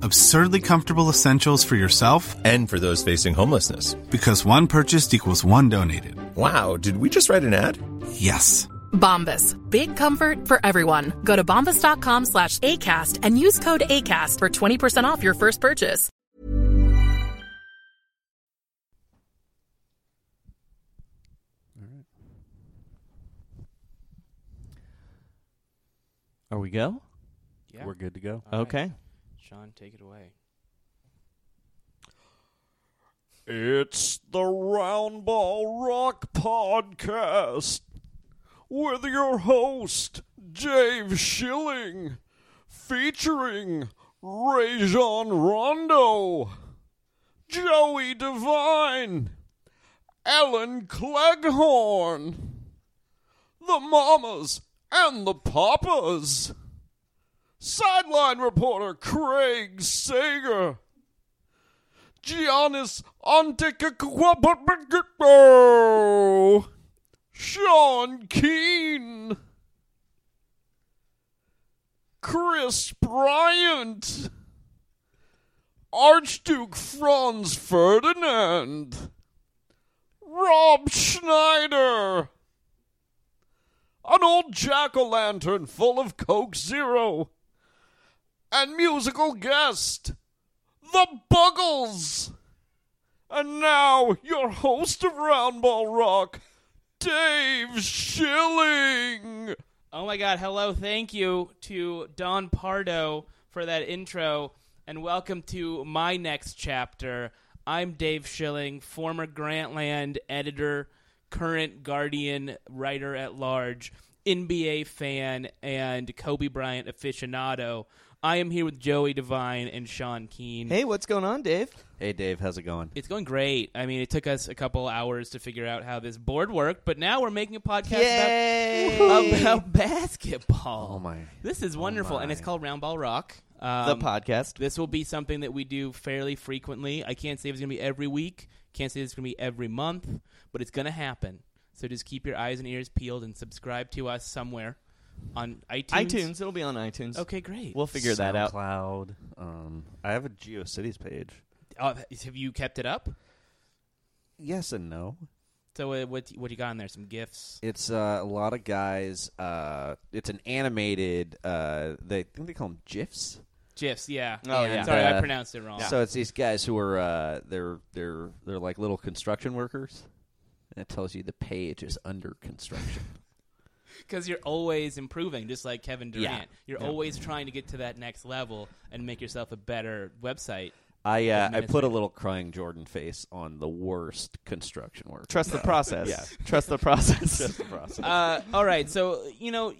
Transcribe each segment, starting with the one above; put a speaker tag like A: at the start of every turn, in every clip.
A: Absurdly comfortable essentials for yourself
B: And for those facing homelessness.
A: because one purchased equals one donated.
B: Wow, did we just write an ad?
A: Yes.
C: Bombas. Big comfort for everyone. Go to bombas.com slash ACAST and use code ACAST for 20% off your first purchase.
D: Are we go?
E: Yeah.
D: We're good to go.
E: All right.
D: Okay.
E: Sean, take it away.
F: It's the Round Ball Rock Podcast with your host, Dave Schilling, featuring Rajon Rondo, Joey Devine, Ellen Cleghorn, the Mamas and the Papas, sideline reporter Craig Sager. Giannis Antetokounmpo, Sean Keane, Chris Bryant, Archduke Franz Ferdinand, Rob Schneider, an old jack o' lantern full of Coke Zero, and musical guest the Buggles. And now, your host of Roundball Rock, Dave Schilling.
E: Oh my God! Hello, thank you to Don Pardo for that intro, and welcome to my next chapter. I'm Dave Schilling, former Grantland editor, current Guardian writer at large, NBA fan, and Kobe Bryant aficionado. I am here with Joey Devine and Sean Keane.
G: Hey, what's going on, Dave?
D: Hey Dave, how's it going?
E: It's going great. I mean, it took us a couple hours to figure out how this board worked, but now we're making a podcast about,
G: Yay!
E: about basketball.
D: Oh my.
E: This is wonderful, and it's called Round Ball Rock.
G: The
E: Um,
G: podcast.
E: This will be something that we do fairly frequently. I can't say if it's going to be every week. Can't say it's going to be every month, but it's going to happen. So just keep your eyes and ears peeled and subscribe to us somewhere on iTunes.
G: iTunes. It'll be on iTunes.
E: Okay, great.
G: We'll figure that out.
D: Cloud. Um, I have a GeoCities page.
E: Uh, have you kept it up?
D: Yes and no.
E: So uh, what what you got in there? Some gifts.
G: It's uh, a lot of guys. Uh, it's an animated. Uh, they I think they call them GIFs.
E: GIFs, yeah.
G: Oh, yeah.
E: Sorry, I
G: Uh,
E: pronounced it wrong.
G: So it's these guys who are uh, they're they're they're like little construction workers. And it tells you the page is under construction.
E: Because you're always improving, just like Kevin Durant.
G: Yeah.
E: You're always trying to get to that next level and make yourself a better website.
G: I uh, I
E: minutes
G: put a little crying Jordan face on the worst construction worker.
H: Trust the process.
G: Yeah.
H: Trust the process.
G: Trust the process.
E: Uh, all right, so you know,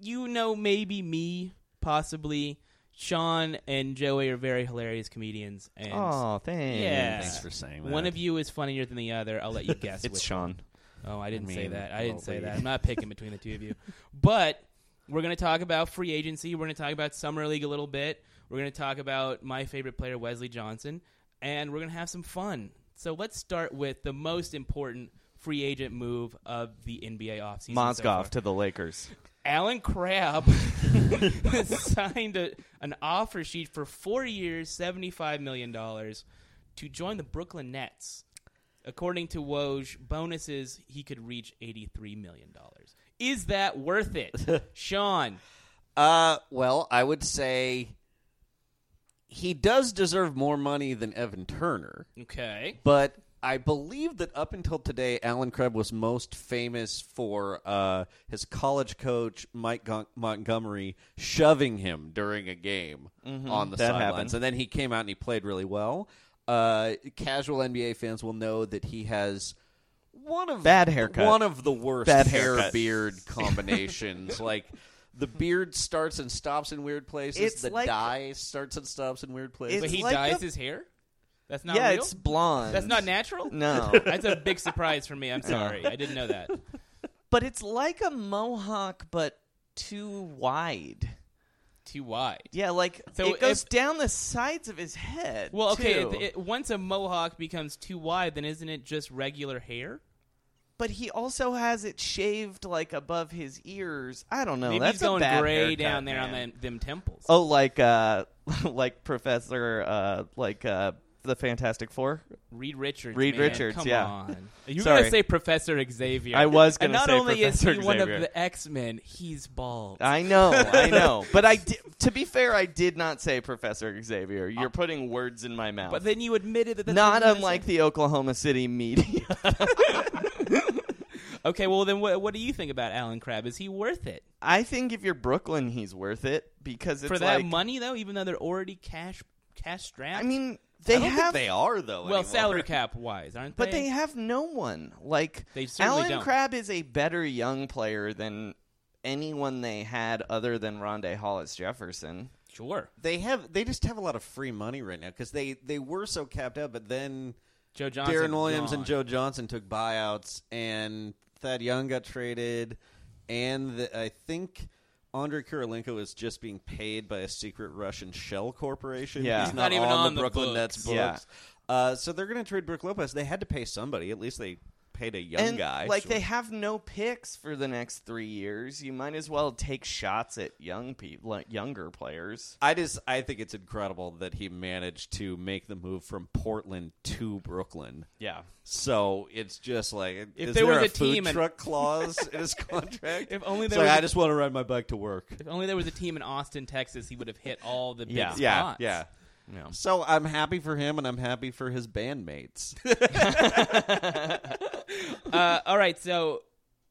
E: you know, maybe me, possibly Sean and Joey are very hilarious comedians, and
H: oh, thanks.
E: yeah,
G: Thanks for saying that.
E: one of you is funnier than the other. I'll let you guess.
H: It's
E: which
H: Sean.
E: Oh, I didn't say
G: mean,
E: that. I didn't
G: well,
E: say
G: we-
E: that. I'm not picking between the two of you. But we're going to talk about free agency. We're going to talk about summer league a little bit. We're going to talk about my favorite player Wesley Johnson, and we're going to have some fun. So let's start with the most important free agent move of the NBA offseason. so far.
H: Mozgov to the Lakers.
E: Alan Crabb signed a, an offer sheet for four years, $75 million to join the Brooklyn Nets. According to Woj, bonuses, he could reach $83 million. Is that worth it? Sean.
F: Uh, well, I would say he does deserve more money than Evan Turner.
E: Okay.
F: But I believe that up until today, Alan Krebs was most famous for uh, his college coach, Mike Gon- Montgomery, shoving him during a game
B: Mm-hmm.
D: Mhm.
F: on the
D: That
F: sidelines.
D: happened.
F: And then he came out and he played really well. Uh, casual NBA fans will know that he has one of
B: Bad haircut.
F: one of the worst
B: Bad
F: hair
B: haircut.
F: beard combinations. like the beard starts and stops in weird places.
B: It's
F: the
B: like-
F: dye starts and stops in weird places.
E: but he dyes his hair? That's not
B: Yeah,
E: real?
B: it's blonde.
E: That's not natural?
B: No.
E: That's a big surprise for me. I'm sorry. I didn't know that.
B: But it's like a mohawk, but too wide.
E: Too wide.
B: Yeah, like
E: So
B: it goes
E: if-
B: down the sides of his head.
E: Well, okay.
B: too.
E: It, it, once a mohawk becomes too wide, then isn't it just regular hair?
B: but he also has it shaved like above his ears. I don't know.
E: Maybe
B: that's
E: he's
B: a
E: going
B: bad
E: gray
B: haircut,
E: down there
B: man.
E: on them, them temples.
B: Oh, like uh, like Professor, uh, like uh, the Fantastic Four.
E: Reed Richards.
B: Reed
E: man,
B: Richards.
E: Come
B: yeah.
E: on. You were
B: Sorry.
E: gonna say Professor Xavier?
B: I was
E: And
B: gonna
E: not
B: say
E: only
B: Professor
E: is he one of
B: Xavier.
E: the X Men, he's bald.
B: I know, I know, but I di- to be fair, I did not say Professor Xavier. You're putting words in my mouth.
E: But then you admitted that. That's
B: not
E: what you
B: unlike
E: said.
B: the Oklahoma City media.
E: Okay, well then, what, what do you think about Alan Crabb? Is he worth it
B: I think if you're Brooklyn, he's worth it because it's
E: for that
B: like,
E: money though? Even though they're already cash cash strapped.
B: I mean, they
F: I don't
B: have
F: think they are though.
E: well,
F: anymore.
E: salary cap wise, aren't they?
B: But they have no one. Like
E: They certainly
B: Alan
E: don't.
B: Crabb is a better young player than anyone they had other than Rondé Hollis Jefferson.
E: sure.
F: they have they just have a lot of free money right now because they they were so capped out, but then
E: Joe Johnson,
F: Darren Williams
E: gone.
F: and Joe Johnson took buyouts, and Thad Young got traded, and the, I think. Andre Kirilenko is just being paid by a secret Russian shell corporation.
B: Yeah.
F: He's
B: He's
F: not,
E: not even
F: on,
E: on
F: the
E: the
F: Brooklyn
E: books.
F: Nets books.
B: Yeah.
F: Uh, so they're going to trade Brooke Lopez. They had to pay somebody. At least they paid a young
B: and
F: guy.
B: like they have no picks for the next three years. You might as well take shots at young people, like younger players.
F: I just I think it's incredible that he managed to make the move from Portland to Brooklyn.
B: Yeah.
F: So it's just like
E: If
F: is
E: there was
F: a,
E: a team
F: food
E: and-
F: truck clause in his contract,
E: If only
F: It's
E: there
F: like,
E: was
F: I
E: a-
F: just want to ride my bike to work.
E: If only there was a team in Austin, Texas, he would have hit all the big
B: Yeah.
E: spots.
F: Yeah, yeah.
B: No.
F: So I'm happy for him, and I'm happy for his bandmates.
E: uh, all right, so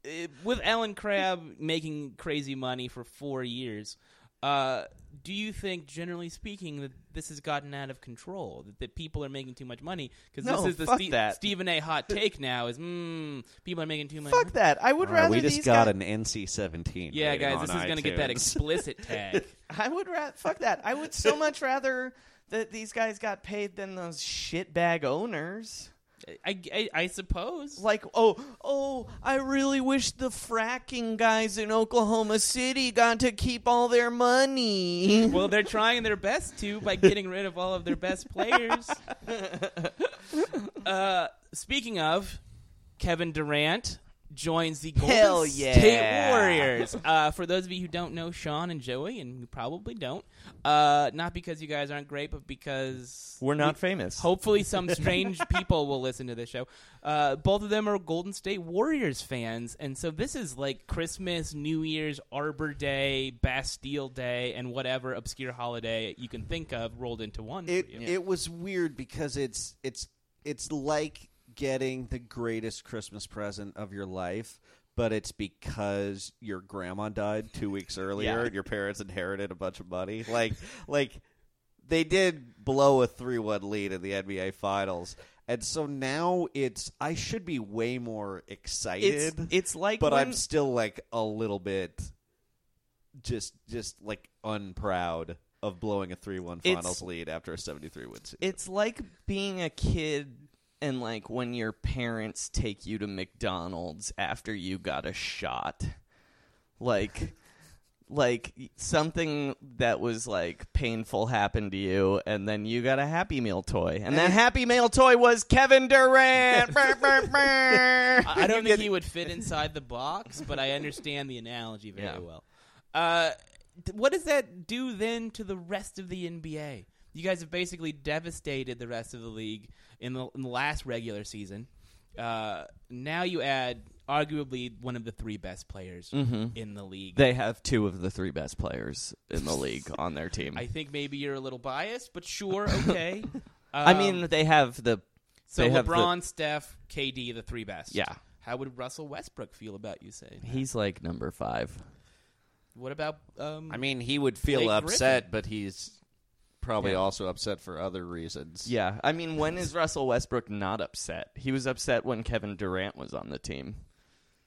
E: uh, with Alan Crabb making crazy money for four years, uh, do you think, generally speaking, that this has gotten out of control? That, that people are making too much money? Because
B: No,
E: this is the
B: fuck
E: Ste-
B: that.
E: Stephen A. hot take now is, mm, people are making too much.
B: Fuck
E: money.
B: that. I would
F: All right,
B: rather
F: we just
B: these
F: got
B: guys-
F: an NC-17.
E: Yeah,
F: rating
E: guys,
F: on
E: this is going to get that
F: iTunes.
E: explicit tag.
B: I would ra- fuck that. I would so much rather that these guys got paid than those shitbag owners.
E: I, I, I suppose.
B: like oh oh i really wish the fracking guys in oklahoma city got to keep all their money
E: well, they're trying their best to by getting rid of all of their best players. uh, speaking of, Kevin Durant joins the Golden
B: Hell
E: State
B: yeah.
E: Warriors. Uh, for those of you who don't know Sean and Joey, and you probably don't, uh, not because you guys aren't great, but because
B: we're not famous
E: Hopefully, some strange people will listen to this show. Uh, both of them are Golden State Warriors fans, and so this is like Christmas, New Year's, Arbor Day, Bastille Day, and whatever obscure holiday you can think of rolled into one.
F: it
E: for you.
F: it was weird because it's it's it's like getting the greatest Christmas present of your life, but it's because your grandma died two weeks earlier and your parents inherited a bunch of money. Like like they did blow a three one lead in the NBA finals. And so now it's I should be way more excited.
B: it's, it's like
F: but
B: when,
F: I'm still like a little bit just just like unproud of blowing a 3-1
B: It's-
F: finals lead after a 73 win season.
B: it's like being a kid and like when your parents take you to mcdonald's after you got a shot like like something that was like painful happened to you and then you got a happy meal toy and that happy meal toy was kevin durant Brr, brr, brr.
E: I I don't think he would fit inside the box, but I understand the analogy very well. Uh, th- what does that do then to the rest of the NBA? You guys have basically devastated the rest of the league in the, in the last regular season. Uh, now you add arguably one of the three best players
B: Mhm.
E: in the league.
B: They have two of the three best players in the league on their team.
E: I think maybe you're a little biased, but sure, okay.
B: I
E: Um,
B: mean, they have the.
E: So
B: they have the-
E: LeBron, Steph, KD, the three best.
B: Yeah.
E: How would Russell Westbrook feel about you saying? that?
B: he's like number five.
E: What about? Um,
F: I mean, he would feel
E: Blake
F: upset,
E: Griffin?
F: but he's probably
B: Yeah.
F: also upset for other reasons.
B: Yeah, I mean, when is Russell Westbrook not upset? He was upset when Kevin Durant was on the team.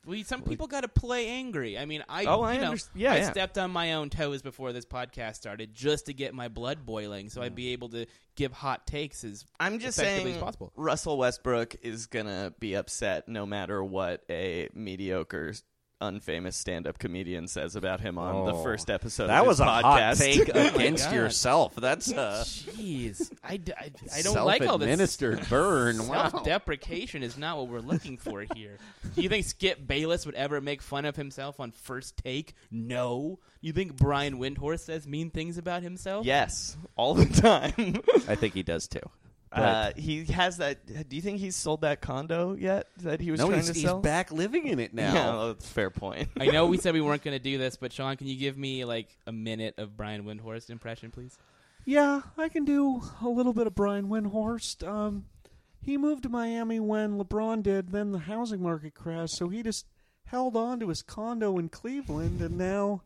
E: We, some people got to play angry. I mean, I
B: Oh, I
E: you know,
B: underst- yeah,
E: I
B: yeah.
E: stepped on my own toes before this podcast started just to get my blood boiling, so I'd be able to give hot takes as
B: Mm. I'm just
E: effectively
B: saying
E: as possible.
B: Russell Westbrook is gonna be upset no matter what a mediocre, unfamous stand-up comedian says about him on the
F: Oh.
B: first episode.
F: That
B: of
F: was
B: his
F: a hot
B: podcast.
F: take
B: Oh my
F: against
B: God.
F: yourself. That's uh,
E: Jeez, I, d- I- I don't like all this.
F: Self-administered burn. Wow.
B: Oh.
E: Self-deprecation is not what we're looking for here. Do you think Skip Bayless would ever make fun of himself on first take? No. You think Brian Windhorst says mean things about himself?
B: Yes, all the time.
F: I think he does too.
B: uh, he has that. Do you think he's sold that condo yet? That he was
F: no,
B: trying
F: he's,
B: to
F: he's
B: sell.
F: back living in it now.
B: Yeah, well, that's a fair point.
E: I know we said we weren't going to do this, but Sean, can you give me like a minute of Brian Windhorst impression, please?
I: Yeah, I can do a little bit of Brian Windhorst. Um, he moved to Miami when LeBron did. Then the housing market crashed, so he just held on to his condo in Cleveland, and now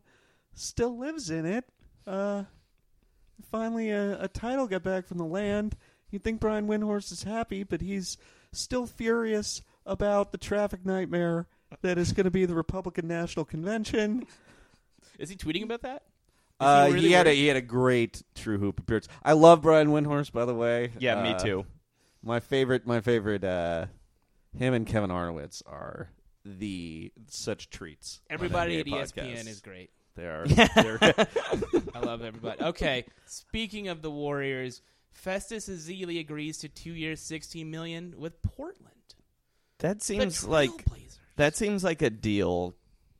I: still lives in it. Uh, finally, a, a title got back from the land. You think Brian Windhorst is happy, but he's still furious about the traffic nightmare that is going to be the Republican National Convention.
E: Is he tweeting about that? Is he
F: Uh,
E: really
F: he had a
E: worried?
F: he had a great true hoop appearance. I love Brian Windhorst, by the way.
B: Yeah, me
F: Uh,
B: too.
F: My favorite, my favorite. Uh, him and Kevin Arnowitz are the such treats. on
E: Everybody at E
F: NBA
E: ESPN
F: podcasts.
E: is great.
F: They are. they're-
E: I love everybody. Okay, speaking of the Warriors, Festus Ezeli agrees to two years, sixteen million with Portland.
B: That
E: The
B: seems like
E: Trailblazers.
B: that seems like a deal,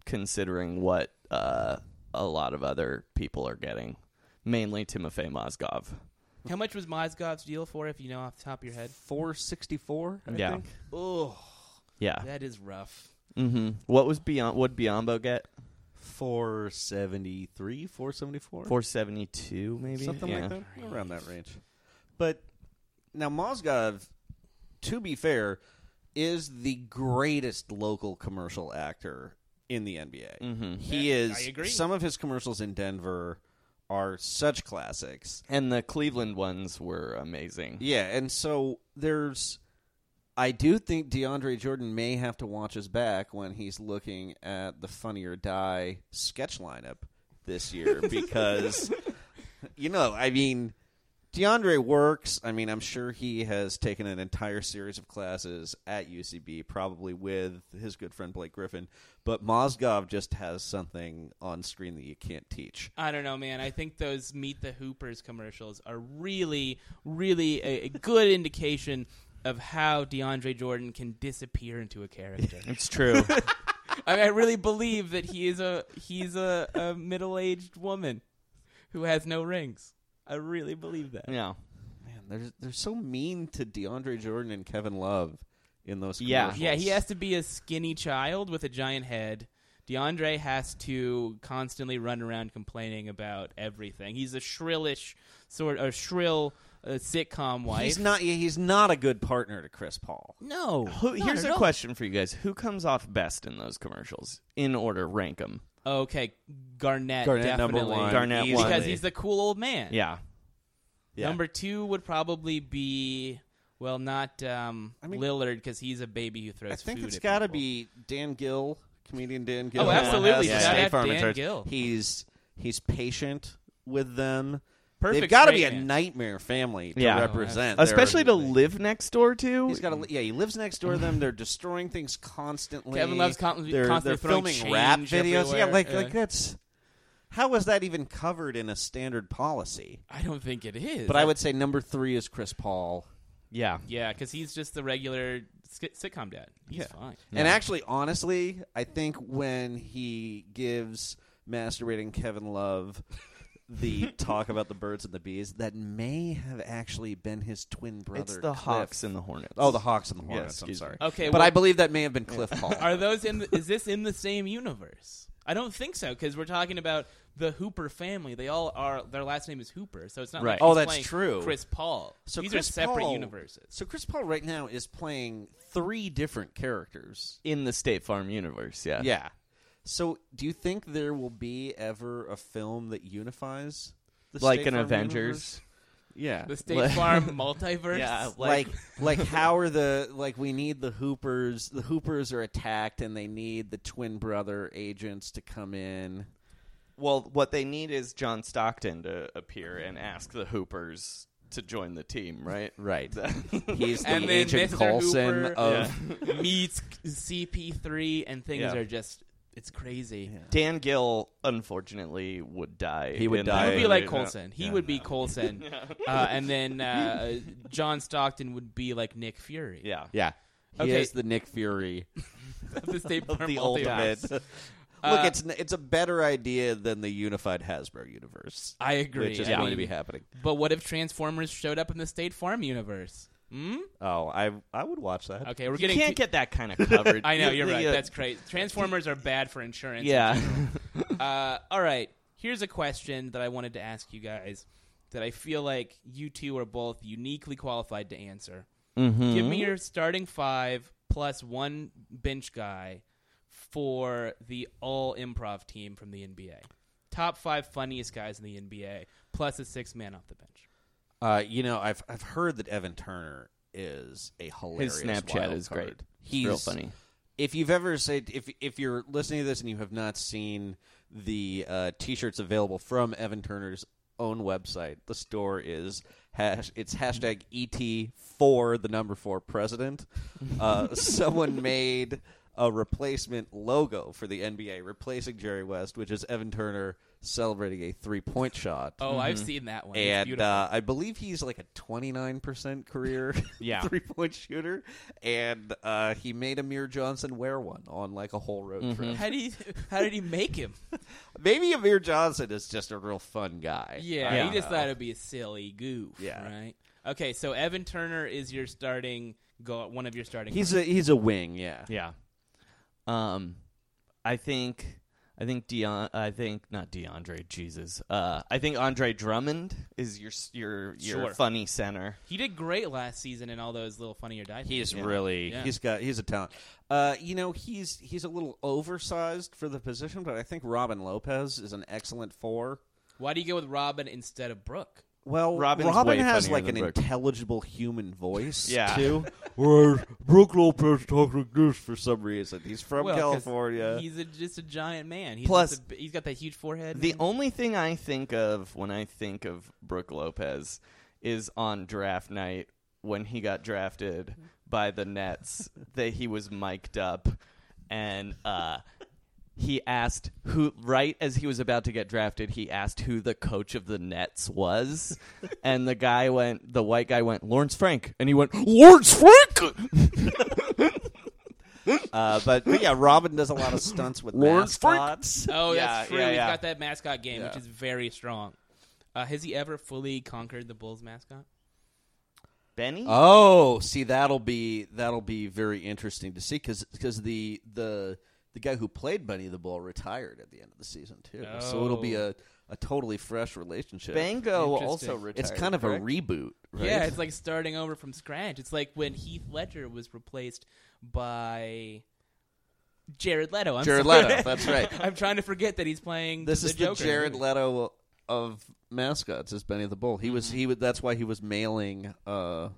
B: considering what uh, a lot of other people are getting, mainly Timofey Mozgov.
E: How much was Mozgov's deal for, if you know off the top of your head?
F: 464. I
B: Yeah.
F: think.
E: Oh,
B: Yeah.
E: that is rough.
B: hmm What was Beyond? What Biombo get?
F: 473, 474.
B: Four seventy two, maybe
F: something
B: Yeah.
F: like that, around that range. But now Mozgov, to be fair, is the greatest local commercial actor in the NBA.
B: Mm-hmm.
F: He
E: Yeah,
F: is.
E: I agree.
F: Some of his commercials in Denver are such classics.
B: And the Cleveland ones were amazing.
F: Yeah, and so there's. I do think DeAndre Jordan may have to watch his back when he's looking at the Funny or Die sketch lineup this year because, you know, I mean, DeAndre works. I mean, I'm sure he has taken an entire series of classes at UCB, probably with his good friend Blake Griffin. But Mozgov just has something on screen that you can't teach.
E: I don't know, man. I think those Meet the Hoopers commercials are really, really a, a good indication of how DeAndre Jordan can disappear into a character.
B: It's true.
E: I, mean, I really believe that he is a he's a, a middle aged woman who has no rings. I really believe that.
B: yeah.
F: Man, they're they're so mean to DeAndre Jordan and Kevin Love in those.
B: Yeah.
F: commercials.
E: Yeah, he has to be a skinny child with a giant head. DeAndre has to constantly run around complaining about everything. He's a shrillish sort of shrill uh, sitcom wife.
F: He's not. yeah, He's not a good partner to Chris Paul.
E: No.
B: Who,
E: not
B: here's
E: at
B: a
E: all.
B: question for you guys: Who comes off best in those commercials? In order, rank them.
E: Okay, Garnett,
F: Garnett number
E: definitely.
F: one.
B: Garnett
F: easily.
B: one.
E: because he's the cool old man.
B: Yeah.
F: Yeah.
E: Number two would probably be well, not um,
F: I mean-
E: Lillard because he's a baby who throws.
F: I think
E: food
F: it's
E: at
F: got to
E: people.
F: be Dan Gill, comedian Dan Gill.
E: Oh, absolutely.
F: Has
E: Shout
F: State
E: out
F: Farm
E: Dan
F: Insurance.
E: Gill.
F: He's he's patient with them. They've
E: Perfect
F: got to
E: straight
F: be a
E: man.
F: nightmare family to
B: Yeah.
F: represent, They're-
B: Especially to live next door to.
F: He's got. Yeah, he lives next door to them. They're destroying things constantly.
E: Kevin Love's constantly-
F: they're,
E: constantly
F: they're
E: throwing
F: filming rap
E: change
F: videos. Yeah,
E: everywhere.
F: like
E: Yeah.
F: like that's. How was that even covered in a standard policy?
E: I don't think it is,
F: But I would say number three is Chris Paul.
B: yeah.
E: Yeah, because he's just the regular sk- sitcom dad. He's fine.
F: And actually, honestly, I think when he gives masturbating Kevin Love the talk about the birds and the bees that may have actually been his twin brother.
B: the
F: Cliff.
B: Hawks and the Hornets.
F: Oh, the Hawks and the
B: Yeah,
F: Hornets. I'm
B: excuse
F: sorry.
B: me.
E: Okay,
F: but
E: well-
F: I believe that may have been Cliff Hall.
E: Are those in? The, is this in the same universe? I don't think so because we're talking about the Hooper family. They all are. Their last name is Hooper, so it's not. Like
B: Right.
E: he's
F: Oh, that's
E: playing
F: true.
E: Chris Paul.
F: So
E: these
F: Chris
E: are separate
F: Paul-
E: universes.
F: So Chris Paul right now is playing three different characters.
B: in the State Farm universe. Yeah,
F: Yeah. So do you think there will be ever a film that unifies the
B: like
F: State
B: an
F: Farm
B: Avengers. Yeah,
E: The State Farm multiverse.
B: Yeah,
F: universe? Like like how are the like we need the Hoopers the Hoopers are attacked and they need the twin brother agents to come in.
B: Well, what they need is John Stockton to appear and ask the Hoopers to join the team, right?
F: Right.
B: That-
F: He's the
E: and then
F: agent
E: Mr.
F: Coulson
E: Hooper
F: of
E: meets CP3, and things
B: Yeah.
E: are just. It's crazy.
B: Dan Gill, unfortunately, would die.
F: He would
B: in
F: die.
E: He
B: that
E: would be
B: movie.
E: like
B: No.
E: Colson. He would be Colson, uh, and then uh, John Stockton would be like Nick Fury.
B: Yeah.
F: Yeah. He
E: Okay.
F: is the Nick Fury.
E: the State Farm
B: the
E: multiverse.
B: ultimate.
E: Uh,
F: Look, it's n- it's a better idea than the unified Hasbro universe.
E: I agree.
F: Which is
E: I
F: going to
E: mean,
F: be happening.
E: But what if Transformers showed up in the State Farm universe? Hmm?
F: Oh, I I would watch that.
E: Okay, we're
B: You
E: getting.
B: can't
E: too-
B: get that kind of coverage.
E: I know you're
B: The,
E: right.
B: uh,
E: That's great. Transformers are bad for insurance. in
B: yeah.
E: Uh, all right. Here's a question that I wanted to ask you guys that I feel like you two are both uniquely qualified to answer.
F: Mm-hmm.
E: Give me your starting five plus one bench guy for the all improv team from the NBA. Top five funniest guys in the NBA, plus a six man off the bench.
F: Uh, you know, I've I've heard that Evan Turner is a hilarious.
B: Snapchat
F: wild
B: is
F: card.
B: great.
F: He's
B: Real funny.
F: If you've ever said if if you're listening to this and you have not seen the uh, t-shirts available from Evan Turner's own website, the store is hash. It's hashtag et for the number four president. Uh, someone made a replacement logo for the NBA, replacing Jerry West, which is Evan Turner celebrating a three point shot
E: Oh, I've seen that one. It's
F: Mm-hmm. and
E: beautiful.
F: uh, I believe he's like a 29% career
B: Yeah.
F: three point shooter. And uh, he made Amir Johnson wear one on like a whole road trip.
E: how, do you, how did he make him?
F: Maybe Amir Johnson is just a real fun guy.
E: Yeah,
F: I
E: he
F: don't
E: just
F: know.
E: thought it'd be a silly goof.
F: Yeah.
E: Right. Okay, so Evan Turner is your starting go- one of your starting.
F: He's
E: guards.
F: a he's a wing, yeah.
B: Yeah. Um, I think I think Deon I think not DeAndre. Jesus. Uh, I think Andre Drummond is your s- your your
E: Sure.
B: funny center.
E: he did great last season in all those little funny or die.
F: He is
E: things.
F: really
E: Yeah.
F: he's got he's a talent. Uh, you know he's he's a little oversized for the position, but I think Robin Lopez is an excellent four.
E: Why do you go with Robin instead of Brooke?
F: Well,
B: Robin's
F: Robin
B: way
F: has
B: funnier
F: like an
B: than Brooke.
F: intelligible human voice,
B: Yeah.
F: too. Whereas Brooke Lopez talks like this for some reason. He's from
E: Well, 'cause
F: California.
E: He's a, just a giant man. He's
B: Plus-
E: just a b- he's got that huge forehead.
B: The only thing I think of when I think of Brooke Lopez is on draft night when he got drafted by the Nets that he was mic'd up and uh he asked who right as he was about to get drafted he asked who the coach of the Nets was and the guy went the white guy went Lawrence Frank and he went Lawrence Frank
F: uh, but, but yeah, Robin does a lot of stunts with
B: Lawrence Frank.
F: mascots.
E: oh,
B: Yeah,
E: that's true.
B: yeah,
E: He's
B: yeah.
E: got that mascot game, which is very strong. Uh, has he ever fully conquered the Bulls mascot?
B: Benny
F: Oh, see that'll be that'll be very interesting to see because the the the guy who played Bunny the Bull retired at the end of the season too, so it'll be a, a totally fresh relationship.
B: Bango also
E: Interesting.
B: retired
F: It's kind of
B: correct?
F: a reboot, right?
E: Yeah, it's like starting over from scratch. It's like when Heath Ledger was replaced by Jared Leto. I'm
F: Jared
E: sorry.
F: Leto, that's right.
E: I'm trying to forget that he's playing.
F: This is the
E: Joker.
F: Jared Leto of mascots is Benny the Bull. He was he was that's why he was mailing uh,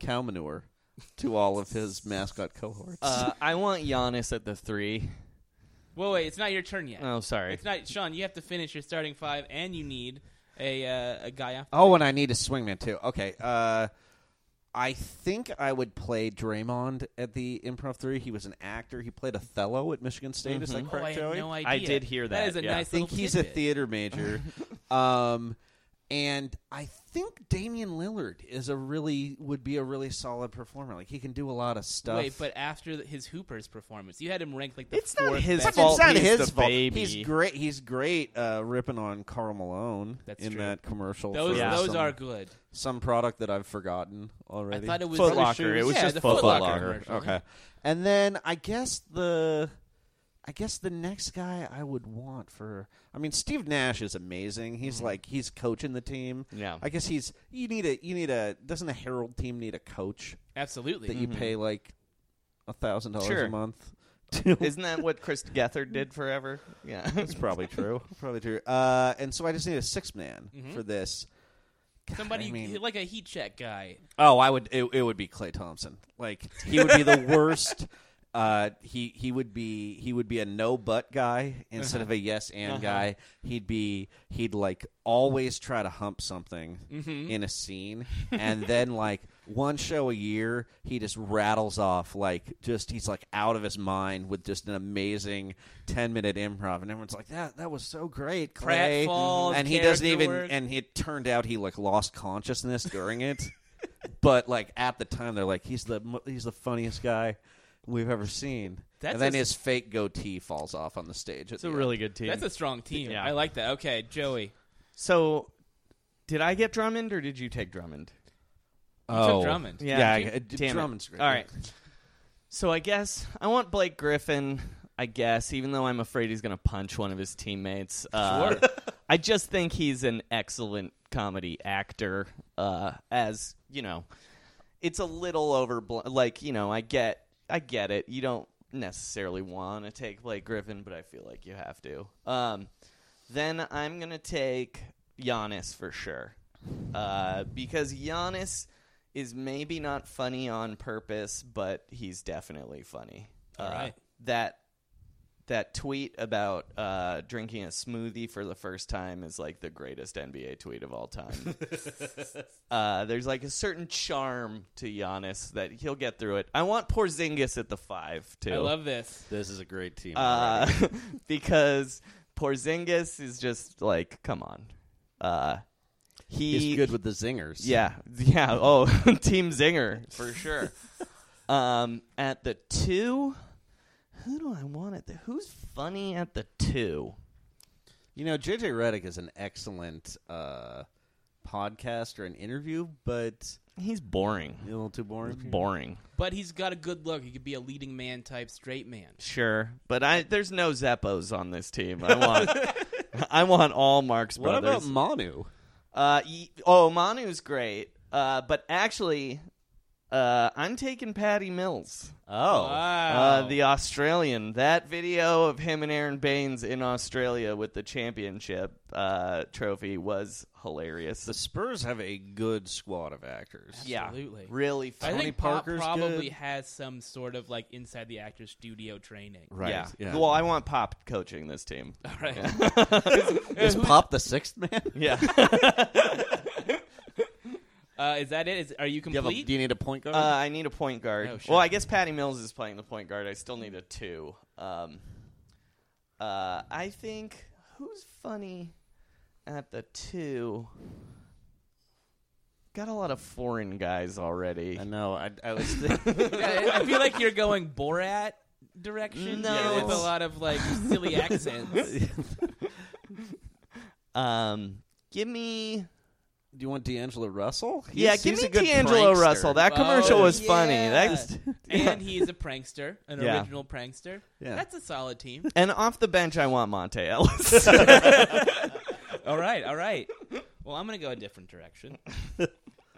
F: cow manure to all of his mascot cohorts.
B: uh, I want Giannis at the 3
E: Well, wait, it's not your turn yet.
B: Oh, sorry.
E: It's not Sean. You have to finish your starting five, and you need a uh, a guy off.
F: oh, and I need a swingman too. Okay. Uh, I think I would play Draymond at the Improv Three. He was an actor. He played Othello at Michigan State. Is that
E: Oh,
F: correct,
E: I had
F: Joey?
E: no idea.
B: I Mm-hmm. did hear
E: That
B: that,
E: is a
B: yeah.
E: nice.
F: I think
E: little
F: he's a
E: tidbit.
F: theater major. um, And I think Damian Lillard is a really would be a really solid performer. Like he can do a lot of stuff.
E: Wait, but after th- his Hoopers performance, you had him ranked like the
B: It's not
E: fourth
B: his
E: best.
B: fault
F: It's not
B: he's
F: his
B: the
F: fault.
B: baby.
F: He's great. He's great uh, ripping on Carl Malone
E: That's
F: in
E: true.
F: that commercial.
E: Those-
F: for
E: Yeah. those
F: some-
E: are good.
F: Some product that I've forgotten already.
E: thought it was
B: Foot Locker. It was
E: Yeah,
B: just
E: the
B: Foot
E: Foot
B: Locker.
E: Locker commercial.
F: Okay. And then I guess the I guess the next guy I would want for I mean Steve Nash is amazing.
E: Mm-hmm.
F: He's like he's coaching the team.
B: Yeah.
F: I guess he's you need a you need a doesn't a Herald team need a coach
E: Absolutely.
F: that you
B: Mm-hmm.
F: pay like a thousand dollars
B: Sure.
F: a month to
B: Isn't that what Chris Gethard did forever? Yeah.
F: That's probably true. probably true. Uh, and so I just need a six man for this. God,
E: Mm-hmm. Somebody
F: I mean-
E: like a heat check guy.
F: Oh, I would. It, it would be Clay Thompson. Like he would be the worst. Uh, he he would be he would be a no but guy instead of a yes and guy. He'd be he'd like always try to hump something in a scene, and then like one show a year he just rattles off like just he's like out of his mind with just an amazing ten minute improv, and everyone's like that that was so great, Clay,
E: Pratfalls,
F: and he doesn't
E: character
F: even
E: work.
F: and it turned out he like lost consciousness during it but like at the time they're like he's the mo- he's the funniest guy we've ever seen
E: That's
F: and then
E: a-
F: his fake goatee falls off on the stage
B: It's a really good team.
E: That's a strong team.
B: Yeah.
E: I like that. Okay, Joey.
B: so, did I get Drummond or did you take Drummond?
F: you
E: took Drummond.
B: Yeah.
F: yeah,
B: Damn
F: I-
B: it.
F: d- Drummond's great
B: All right. So I guess I want Blake Griffin. I guess, even though I'm afraid he's going to punch one of his teammates. Uh,
E: Sure.
B: I just think he's an excellent comedy actor. Uh, as you know, it's a little overblown. Like you know, I get, I get it. You don't necessarily want to take Blake Griffin, but I feel like you have to. Um, then I'm gonna take Giannis for sure, uh, because Giannis is maybe not funny on purpose, but he's definitely funny. uh,
E: right.
B: That that tweet about uh, drinking a smoothie for the first time is like the greatest NBA tweet of all time. uh, there's like a certain charm to Giannis that he'll get through it. I want Porzingis at the five too.
E: I love this.
F: this is a great team
B: uh, because Porzingis is just like, come on. Uh, he
F: he's good with the zingers
B: yeah, yeah. Oh, Team Zinger for sure. um, at the two, who do I want at the? Who's funny at the two?
F: you know jj reddick is an excellent uh podcast or an interview but
B: He's boring.
F: a little too boring
B: Boring.
E: But he's got a good look. He could be a leading man type straight man.
B: Sure, but I there's no Zeppos on this team. I want. I want all Mark's
F: what
B: brothers.
F: about manu
B: Uh, y- oh, Manu's great. Uh, but actually, uh, I'm taking Patty Mills.
F: oh
E: Wow.
B: Uh, the Australian. That video of him and Aaron Baines in Australia with the championship uh, trophy was hilarious.
F: the spurs have a good squad of actors
B: yeah,
E: Absolutely.
B: really
E: I
B: funny.
E: think Pop
F: Parker's
E: probably
F: good.
E: has some sort of like inside the actor studio training.
F: right
B: Yeah. Well, I want Pop coaching this team.
E: All right.
F: is pop the sixth man
B: Yeah.
E: Uh, is that it? Is, are you
F: Do you, have a,
E: complete?
F: do you need a point guard?
B: uh, I need a point guard.
E: Oh, sure.
B: Well, I guess Patty Mills is playing the point guard. I still need a two. Um, uh, I think who's funny at the two? Got a lot of foreign guys already.
F: I know. I, I was. Thinking,
E: I, I feel like you're going Borat direction
B: No.
E: here with a lot of like silly accents.
B: Um, give me
F: do you want D'Angelo Russell? He's,
B: yeah, give
F: he's
B: me
F: a good
B: D'Angelo
F: prankster.
B: Russell. That commercial
E: Oh,
B: was funny.
E: yeah.
B: That's
E: and he's a prankster, an
B: Yeah.
E: original prankster.
F: Yeah.
E: That's a solid team.
B: and off the bench, I want Monte Ellis.
E: all right, all right. Well, I'm going to go a different direction.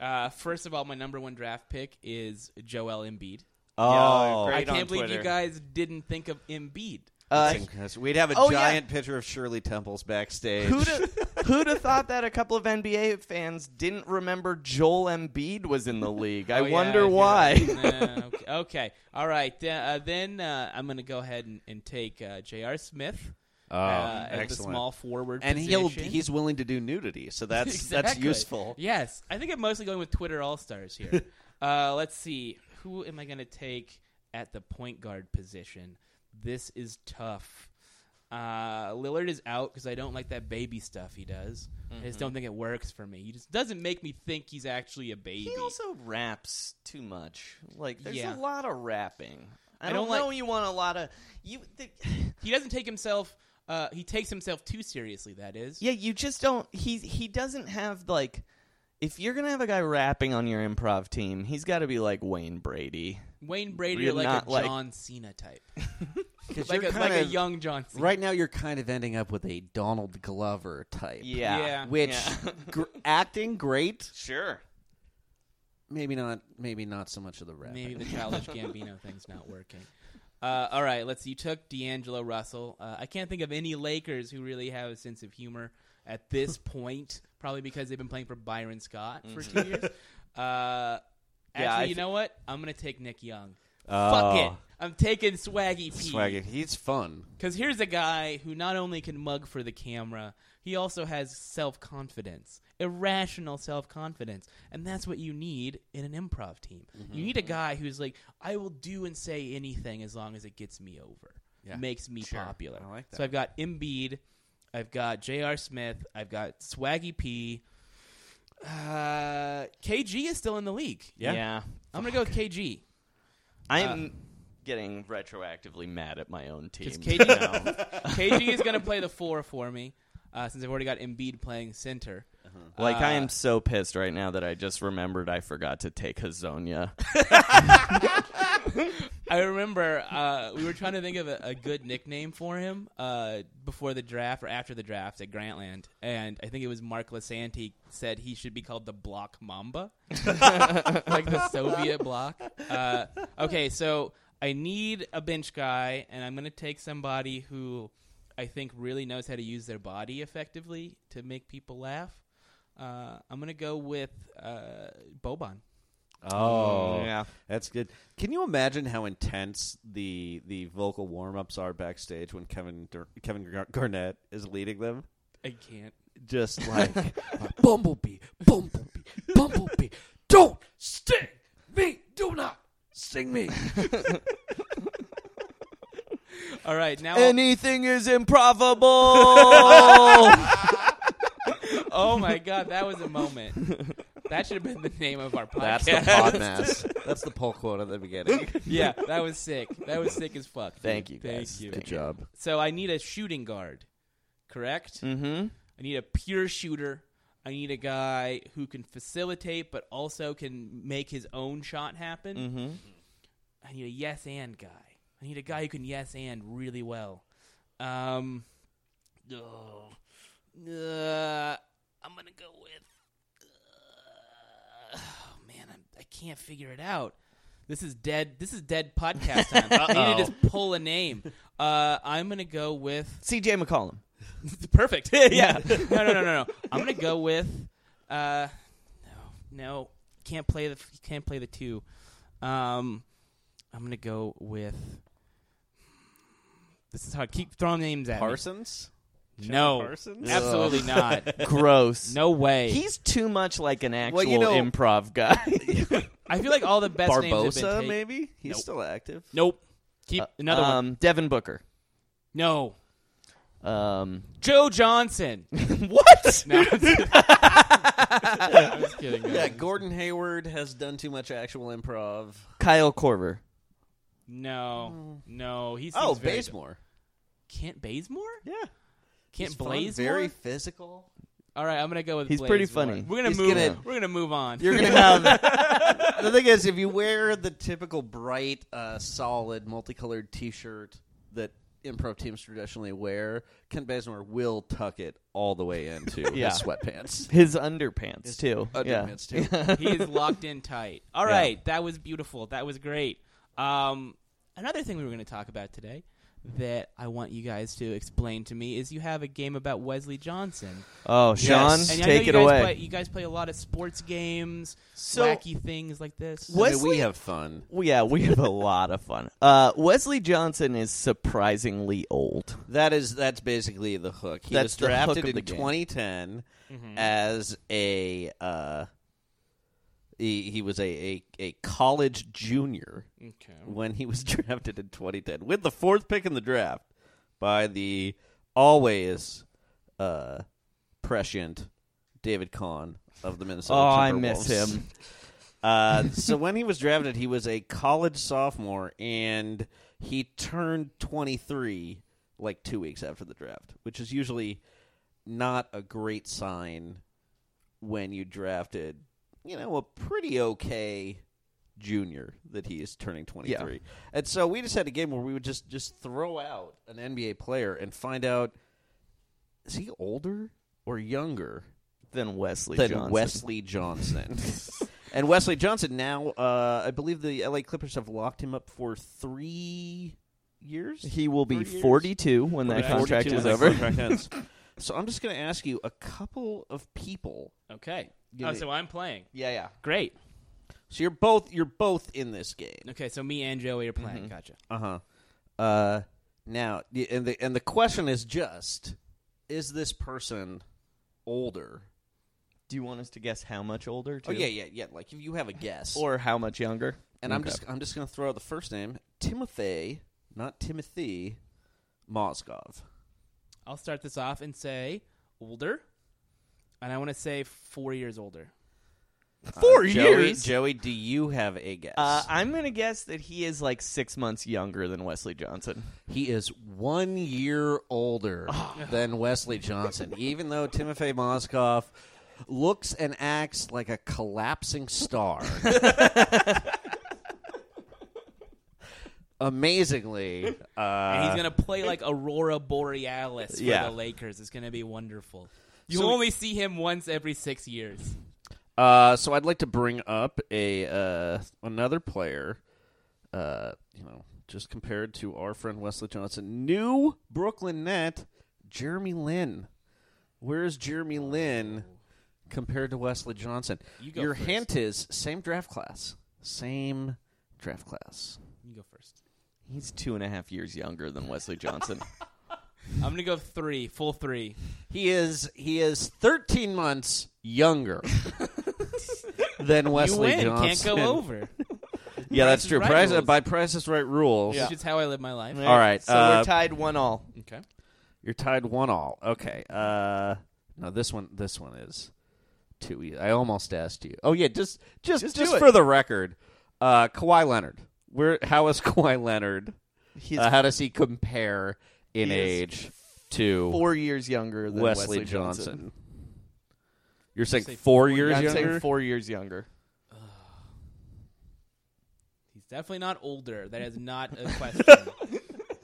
E: Uh, first of all, my number one draft pick is Joel Embiid.
F: Oh,
B: great.
E: I
B: Right on
E: can't believe
B: Twitter.
E: you guys didn't think of Embiid.
B: Uh,
F: That's incredible. We'd have a
B: Oh, yeah.
F: giant picture of Shirley Temple's backstage.
B: who'd have, who'd have thought that a couple of NBA fans didn't remember Joel Embiid was in the league? I
E: Oh, yeah,
B: wonder
E: yeah.
B: why.
E: Nah, okay. okay. All right. th- Uh, then uh, I'm going to go ahead and, and take uh, J.R. Smith. Oh, uh, as the
F: excellent.
E: small forward,
F: and he'll
E: position.
F: he's willing to do nudity, so that's that's
E: Exactly.
F: useful.
E: Yes, I think I'm mostly going with Twitter All Stars here. uh, let's see, who am I going to take at the point guard position? This is tough. Uh, Lillard is out because I don't like that baby stuff he does. I just
B: Mhm.
E: don't think it works for me. He just doesn't make me think he's actually a baby.
B: He also raps too much. Like there's
E: Yeah.
B: a lot of rapping. I,
E: I
B: don't,
E: don't like-
B: know you want a lot of you. The,
E: he doesn't take himself. Uh, he takes himself too seriously. That is.
B: yeah, you just don't. He he doesn't have like. If you're gonna have a guy rapping on your improv team, he's got to be like Wayne Brady.
E: Wayne Brady,
B: You're
E: like
B: not
E: a
B: like-
E: John Cena type,
F: 'Cause
E: like,
F: you're
E: a, like a
F: kind of-
E: young John Cena.
F: Right now, you're kind of ending up with a Donald Glover type.
B: Yeah.
E: Yeah.
F: Which
B: Yeah.
F: gr- acting great,
B: Sure.
F: maybe not. Maybe not so much of the rap.
E: Maybe the childish Gambino thing's not working. Uh, all right, let's see. You took D'Angelo Russell. Uh, I can't think of any Lakers who really have a sense of humor at this point, probably because they've been playing for Byron Scott for
F: Mm-hmm.
E: two years. Uh, actually,
B: I
E: you
B: thi-
E: know what? I'm going to take Nick Young.
F: Oh.
E: Fuck it. I'm taking Swaggy P.
F: Swaggy, he's fun.
E: Because here's a guy who not only can mug for the camera, he also has self confidence, irrational self confidence. And that's what you need in an improv team.
F: Mm-hmm.
E: You need a guy who's like, I will do and say anything as long as it gets me over, makes me popular.
F: I like that.
E: So I've got Embiid, I've got J.R. Smith, I've got Swaggy P. Uh, KG is still in the league.
B: Yeah.
E: I'm going to go with KG.
B: I'm
E: Uh,
B: getting retroactively mad at my own team.
E: Because KG, KG is going to play the four for me, uh, since I've already got Embiid playing center.
B: Uh-huh.
E: Uh,
B: Like I am so pissed right now that I just remembered I forgot to take Hazonia.
E: I remember uh, we were trying to think of a, a good nickname for him uh, before the draft or after the draft at Grantland, and I think it was Mark Lasanti said he should be called the Block Mamba, like the Soviet block. Uh, okay, so I need a bench guy, and I'm going to take somebody who I think really knows how to use their body effectively to make people laugh. Uh, I'm going to go with uh, Boban.
F: Oh,
B: yeah.
F: that's good. Can you imagine how intense the the vocal warm ups are backstage when Kevin Dur- Kevin Gar- Garnett is leading them?
E: I can't.
F: Just like
I: Bumblebee, bumblebee, bumblebee. Don't sting me. Do not sting me.
E: All right, now I'll-
B: Anything is improbable.
E: Oh my god, that was a moment. That should have been the name of our podcast.
F: that's the podmas. That's the poll quote at the beginning.
E: yeah, that was sick. That was sick as fuck. dude.
B: Thank you,
E: Thank
B: guys.
E: you.
F: Good job.
E: So I need a shooting guard, correct?
B: mm-hmm.
E: I need a pure shooter. I need a guy who can facilitate but also can make his own shot happen.
B: Mm-hmm.
E: I need a yes and guy. I need a guy who can yes and really well. Um, ugh. Uh, I'm gonna go with. Uh, oh man, I'm, I can't figure it out. This is dead. This is dead podcast time. I need to just pull a name. Uh, I'm gonna go with
B: CJ McCollum.
E: perfect. yeah. no, no, no, no, no. I'm gonna go with. Uh, no, no. Can't play the. Can't play the two. Um, I'm gonna go with. This is hard. Keep throwing names at
F: Parsons.
E: me. No,
D: Parsons?
E: absolutely not.
B: Gross.
E: No way.
B: He's too much like an actual
F: Well, you know-
B: improv guy.
E: I feel like all the best names have been
F: Barbosa,
E: taken.
F: maybe he's still active.
E: Nope. Keep another one.
B: Um, Devin Booker.
E: No.
B: Um,
E: Joe Johnson.
B: what?
E: No, I'm just- I'm just kidding. guys.
F: Yeah, Gordon Hayward has done too much actual improv.
B: Kyle Korver.
E: No. No. He's
F: Oh, Bazemore.
E: Kent Bazemore?
F: Yeah,
E: Kent
F: He's fun,
E: Blazemore.
F: very physical.
E: All right, I'm gonna go with.
B: He's
E: Blaze
B: pretty
E: Moore.
B: funny.
E: We're gonna
F: He's
E: move.
F: gonna-
E: we're gonna move on.
F: You're gonna have the thing is if you wear the typical bright, uh, solid, multicolored T-shirt that improv teams traditionally wear, Ken Bazemore will tuck it all the way into
B: Yeah.
F: his sweatpants.
B: His underpants too.
F: Underpants, too.
B: yeah.
E: he is locked in tight. All right, that was beautiful. That was great. Um, another thing we were gonna talk about today that I want you guys to explain to me is you have a game about Wesley Johnson.
B: Oh, Sean,
F: Yes.
E: And I know
B: take
E: you
B: it
E: guys
B: away.
E: Play, you guys play a lot of sports games,
B: So-
E: wacky things like this.
F: I mean,
B: Wesley-
F: we have fun.
B: Well, yeah, we have a lot of fun. Uh, Wesley Johnson is surprisingly old.
F: That is that's basically the hook. He
B: That's
F: was
B: the hook
F: drafted
B: of
F: in
B: the game. Mm-hmm.
F: 2010 as a uh, he, he was a, a, a college junior
E: Okay.
B: Oh.
F: when he was drafted in 2010 with the fourth pick in the draft. by the always uh, prescient David Kahn of the Minnesota.
B: Oh, I miss
F: Timberwolves.
B: him.
F: Uh, so when he was drafted, he was a college sophomore, and he turned 23 like two weeks after the draft, which is usually not a great sign when you drafted, you know, a pretty okay junior that he is turning 23. And so we just had a game where we would just just throw out an NBA player and find out is he older or younger
B: than Wesley
F: than
B: Johnson.
F: Wesley Johnson. and Wesley Johnson now uh, I believe the LA Clippers have locked him up for 3 years.
B: He will be
F: Three years?
B: 42 when that
F: Correct.
B: contract
F: 42
B: is
F: when that
B: over.
F: contract ends. so I'm just going to ask you a couple of people.
E: Okay.
F: Give
E: Oh,
F: it-
E: so I'm playing.
B: yeah, yeah.
E: Great.
F: So you're both you're both in this game.
E: Okay, so me and Joey are
B: Mm-hmm.
E: playing. Gotcha.
F: Uh-huh. Uh now y- and the and the question is just is this person older?
B: Do you want us to guess how much older? Too?
F: Oh yeah, yeah, yeah. Like if you have a guess.
B: Or how much younger?
F: and I'm
B: Okay.
F: just I'm just going to throw out the first name, Timothy, not Timothy Mozgov.
E: I'll start this off and say older, and I want to say four years older.
B: four
F: Joey,
B: years.
F: Uh, Joey, do you have a guess?
B: Uh, I'm gonna guess that he is like six months younger than Wesley Johnson.
F: He is one year older than Wesley Johnson, even though Timofey Mozgov looks and acts like a collapsing star. Amazingly, uh,
E: And he's gonna play like Aurora Borealis for
F: yeah.
E: the Lakers. It's gonna be wonderful. You only see him once every six years.
F: Uh, so I'd like to bring up a uh, another player. Uh, you know, just compared to our friend Wesley Johnson, new Brooklyn net Jeremy Lin. Where is Jeremy Lin compared to Wesley Johnson?
E: You go
F: Your
E: first.
F: hint is same draft class, same draft class.
E: You go first.
B: He's two and a half years younger than Wesley Johnson.
E: I'm gonna go three, full three.
F: He is he is thirteen months younger than Wesley
E: you win.
F: Johnson.
E: Can't go over.
F: Yeah, that's
E: is
F: true.
E: Right
F: Price,
E: rules.
F: by Price is Right rules.
E: Which is how I live my life.
F: All right,
B: so
F: uh,
B: we're tied one all.
E: Okay.
F: You're tied one all. Okay. Uh, no, this one. This one is too easy. I almost asked you. Oh yeah, just just just,
B: Just do it.
F: for the record, uh, Kawhi Leonard. Where? How is Kawhi Leonard?
B: He's
F: uh, how does he compare in
B: He is
F: age to
B: four years younger than
F: Wesley,
B: Wesley,
F: Johnson? You're saying
E: say
F: four,
E: four
F: years
B: Yeah, I'm
F: younger?
B: saying four years younger.
E: He's definitely not older. That is not a question.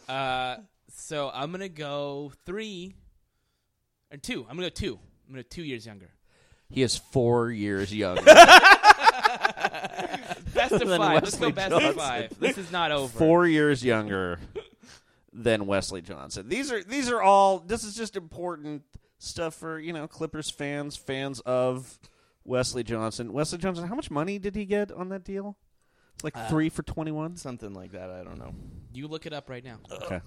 E: uh, so I'm gonna go three or two. I'm gonna go two. I'm gonna go two years younger.
F: He is four years younger.
E: Best of
F: Than
E: five. Let's go
F: Wesley
E: best
F: Johnson.
E: of five. This is not over.
F: four years younger than Wesley Johnson. These are these are all. This is just important stuff for you know Clippers fans, fans of Wesley Johnson. Wesley Johnson, how much money did he get on that deal? It's like three for twenty one.
B: Something like that. I don't know.
E: You look it up right now.
F: Okay.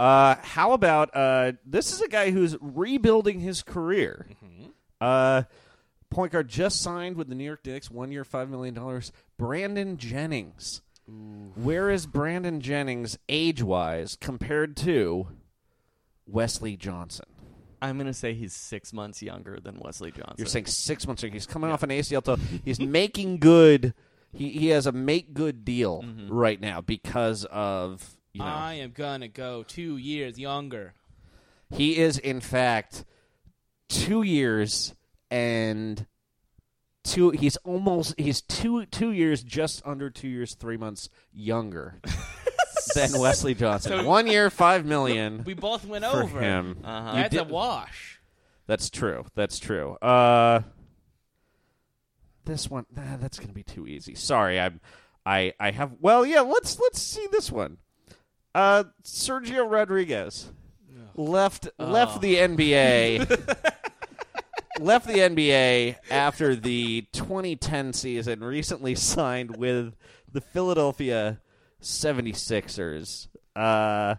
F: Uh, how about uh, this is a guy who's rebuilding his career. Uh, point guard just signed with the New York Knicks, one year, five million dollars. Brandon Jennings. Where is Brandon Jennings age wise compared to Wesley Johnson?
B: I'm gonna say he's six months younger than Wesley Johnson.
F: You're saying six months. He's coming off an ACL toe. He's making good. He he has a make good deal right now because of you know.
E: I am gonna go two years younger.
F: He is, in fact, two years and two. He's almost. He's two two years, just under two years, three months younger than Wesley Johnson.
E: So-
F: One year, five million
E: We both went
F: for
E: over.
F: him.
B: Uh-huh.
E: That's a wash.
F: That's true. That's true. Uh, this one. Nah, that's gonna be too easy. Sorry, I'm. I I have. Well, yeah. Let's let's see this one. Uh, Sergio Rodriguez left left the NBA. left the NBA after the 2010 season. Recently signed with the Philadelphia 76ers. Uh,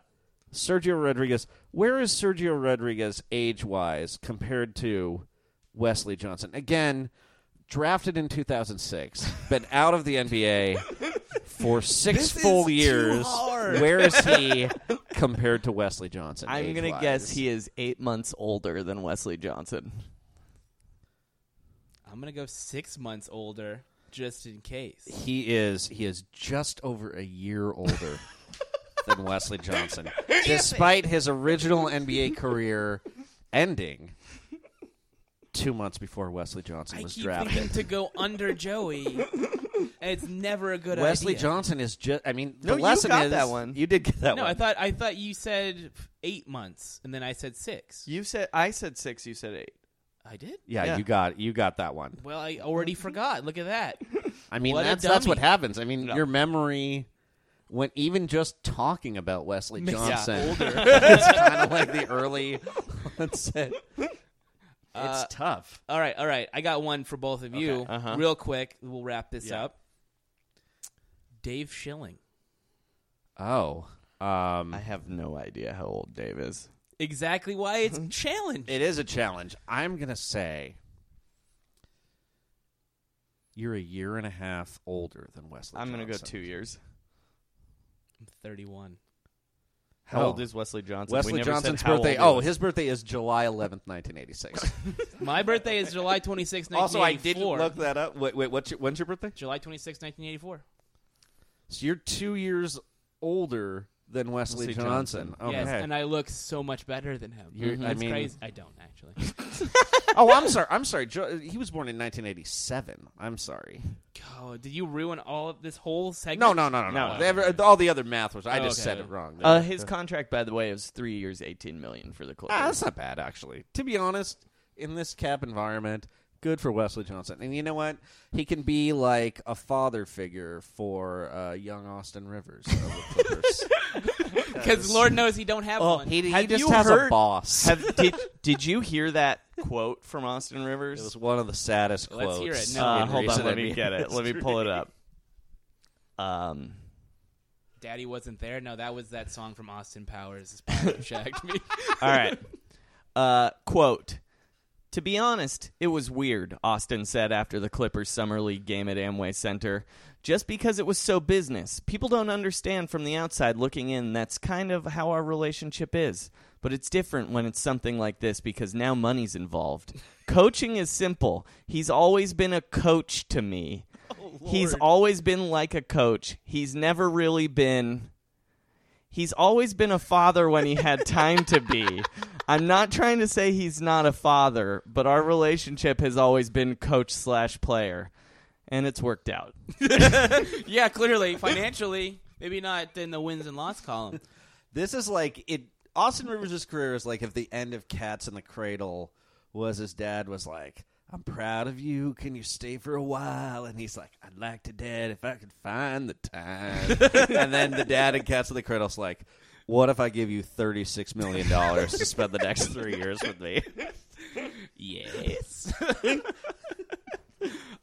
F: Sergio Rodriguez. Where is Sergio Rodriguez age wise compared to Wesley Johnson? Again, drafted in 2006, been out of the NBA for six
B: This is
F: full
B: too
F: years.
B: hard.
F: Where is he compared to Wesley Johnson.
J: I'm gonna
F: age-wise.
J: guess he is eight months older than Wesley Johnson.
E: I'm gonna go six months older just in case.
F: He is he is just over a year older than Wesley Johnson, despite his original NBA career ending two months before Wesley Johnson
E: I
F: was
E: keep
F: drafted.
E: thinking to go under Joey, and it's never a good
F: Wesley
E: idea.
F: Johnson is just. I mean,
J: No,
F: the
J: you
F: lesson
J: got
F: is
J: that one.
F: You did get that
E: no,
F: one.
E: I thought I thought you said eight months, and then I said six.
J: You said I said six. You said eight.
E: I did.
F: yeah,
J: yeah.
F: you got you got that one.
E: Well, I already forgot. Look at that.
F: I mean,
E: What a
F: that's that's what
E: dummy.
F: happens. I mean,
J: No.
F: your memory, when even just talking about Wesley
E: Makes you
F: Johnson,
E: older.
F: it's kind of like the early onset. It's
E: Uh,
F: tough.
E: All right, all right. I got one for both of you,
J: uh-huh.
E: real quick. We'll wrap this
F: Yeah.
E: up. Dave Schilling,
F: Oh, um,
J: I have no idea how old Dave is.
E: exactly why it's a challenge.
F: it is a challenge. I'm gonna say you're a year and a half older than Wesley.
J: I'm gonna go
F: Johnson.
J: two years.
E: I'm 31.
J: How
F: Oh.
J: old is Wesley Johnson? We
F: Wesley
J: never said
F: Johnson's
J: how old he
F: birthday. Oh,
J: was.
F: his birthday is July 11th, 1986.
E: My birthday is July 26,
F: also, I didn't
E: 1984.
F: look that up. Wait, wait, what's your, when's your birthday?
E: July 26, 1984.
F: So you're two years older than Wesley,
J: Wesley
F: Johnson.
J: Johnson.
F: Okay.
E: Yes, and I look so much better than him.
F: You're- I
E: That's
F: mean-
E: crazy. I don't actually.
F: oh, I'm sorry. I'm sorry. Jo- he was born in 1987. I'm sorry.
E: Oh, did you ruin all of this whole segment?
F: No, no, no, no, no. uh,
E: No.
F: They ever- all the other math was. I
E: Oh,
F: just
E: okay.
F: said it wrong.
J: Uh, his contract, by the way, is three years, eighteen million for the Clippers.
F: Ah, that's not bad, actually. To be honest, in this cap environment, good for Wesley Johnson. And you know what? He can be like a father figure for uh, young Austin Rivers of the Clippers.
E: Because Lord knows he don't have one.
F: he, he
J: Have
F: just
J: you
F: has a
J: heard-
F: boss.
J: Have, did, did you hear that quote from Austin
F: it
J: Rivers?
F: was one of the saddest
E: Let's
F: quotes.
E: hear it. No.
J: Uh,
F: in
J: hold on,
F: recent
J: let me
F: NBA
J: get it. Let me pull it
F: history.
J: up. Um,
E: Daddy wasn't there. No, that was that song from Austin Powers. Spinal Shacked me.
J: all right. Uh, quote. To be honest, it was weird, Austin said after the Clippers Summer League game at Amway Center. Just because it was so business. People don't understand from the outside looking in, that's kind of how our relationship is. But it's different when it's something like this because now money's involved. Coaching is simple. He's always been a coach to me. He's always been like a coach. He's never really been he's always been a father when he had time to be. I'm not trying to say he's not a father, but our relationship has always been coach slash player, and it's worked out.
E: yeah, clearly financially, maybe not in the wins and loss column.
K: This is like it. Austin Rivers' career is like if the end of Cats in the Cradle was his dad was like, "I'm proud of you. Can you stay for a while?" And he's like, "I'd like to, Dad, if I could find the time." and then the dad in Cats in the Cradle's like, "What if I give you thirty six million dollars to spend the next three years with me?"
E: Yes.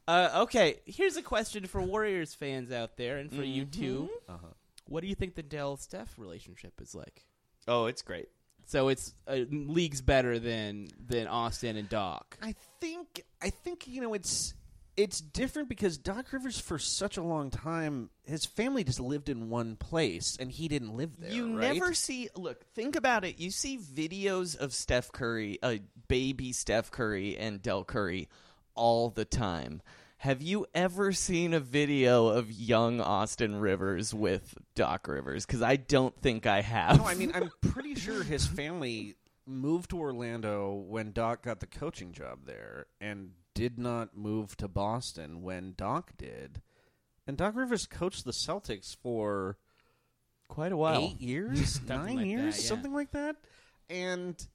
E: uh, okay, here's a question for Warriors fans out there, and for you
J: Mm-hmm.
E: too.
J: Uh-huh.
E: What do you think the Dell Steph relationship is like?
J: Oh, it's great.
E: So it's uh, leagues better than than Austin and Doc.
K: I think I think you know it's it's different because Doc Rivers for such a long time his family just lived in one place and he didn't live there.
J: You
K: right?
J: never see. Look, think about it. You see videos of Steph Curry, a baby Steph Curry and Del Curry, all the time. Have you ever seen a video of young Austin Rivers with Doc Rivers? Because I don't think I have.
K: No, I mean I'm pretty sure his family moved to Orlando when Doc got the coaching job there and did not move to Boston when Doc did. And Doc Rivers coached the Celtics for
J: quite a while.
K: eight years, nine
E: like that,
K: years,
E: yeah.
K: something like that, and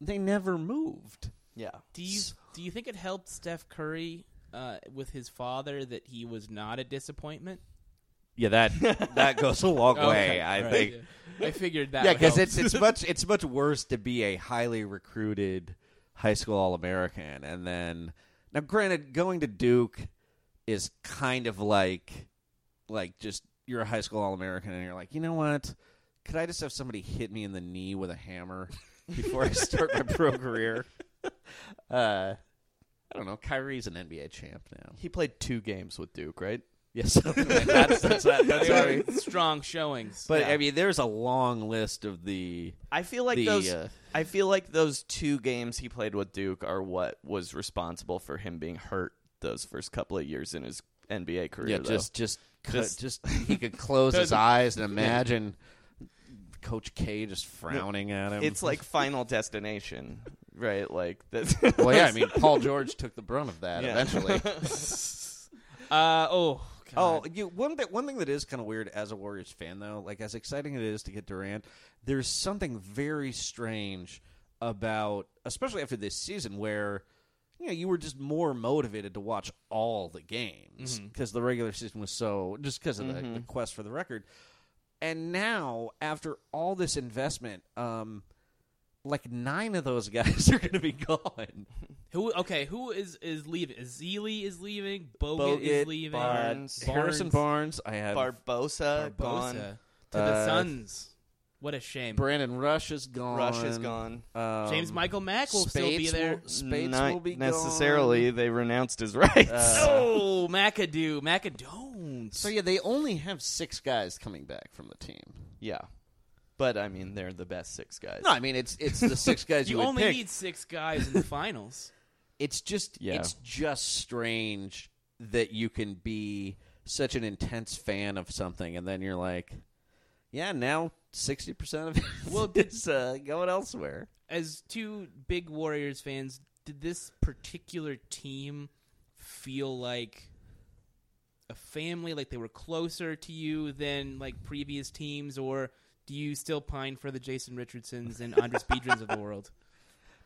K: they never moved.
J: Yeah.
E: Do you do you think it helped Steph Curry uh, with his father that he was not a disappointment?
F: Yeah, that that goes a long way. I
E: Right.
F: think.
E: I figured that.
F: yeah,
E: would
F: because
E: help.
F: it's it's much it's much worse to be a highly recruited high school all American, and then now, granted, going to Duke is kind of like like just you're a high school all American, and you're like, you know what? Could I just have somebody hit me in the knee with a hammer before I start my pro career? Uh, I don't know. Kyrie's an NBA champ now.
J: He played two games with Duke, right?
F: Yes, that's that's that. That's
L: Very
F: sorry.
L: strong showings.
F: But
L: Yeah.
F: I mean, there's a long list of the.
E: I feel like
F: the,
E: those.
F: uh,
E: I feel like those two games he played with Duke are what was responsible for him being hurt those first couple of years in his NBA career.
F: yeah,
E: though.
F: just just cut,
E: Just-
F: just he could close his
L: Doesn't-
F: eyes and imagine Coach K just frowning at him.
E: it's like Final Destination, right? Like that's
F: well, yeah. I mean, Paul George took the brunt of that
E: Yeah.
F: eventually.
L: Uh, oh,
F: Oh,
L: God.
F: you one that one thing that is kind of weird as a Warriors fan though, like as exciting it is to get Durant, there's something very strange about especially after this season where you know you were just more motivated to watch all the games
L: Mm-hmm.
F: because the regular season was so just because of the, the quest for the record. And now after all this investment, um like nine of those guys are going to be gone.
L: who? Okay, who is is leaving? Zeely is leaving. Bogut,
F: Bogut,
L: is leaving.
E: Barnes.
F: Harrison Barnes, I have
E: Barbosa,
L: Barbosa
E: gone.
L: to the
F: Uh,
L: Suns. What a shame.
F: Brandon Rush is gone.
E: Rush is gone.
F: Um,
L: James Michael Mack will still be
F: Spates
L: there.
F: will- Spates
E: Not
F: will be
E: necessarily.
F: gone. Uh,
E: They renounced his rights.
L: oh, McAdoo, McAdoo.
F: So yeah, they only have six guys coming back from the team.
E: yeah, but I mean, they're the best six guys.
F: No, I mean it's it's the six guys you,
L: you
F: would
L: only
F: pick.
L: need six guys in the finals.
F: It's just
E: Yeah.
F: it's just strange that you can be such an intense fan of something and then you're like, yeah, now sixty percent of it
L: Well,
F: well, it's uh, going elsewhere.
L: as two big Warriors fans, did this particular team feel like a family, like they were closer to you than like previous teams, or do you still pine for the Jason Richardsons and Andres Biedrins of the world?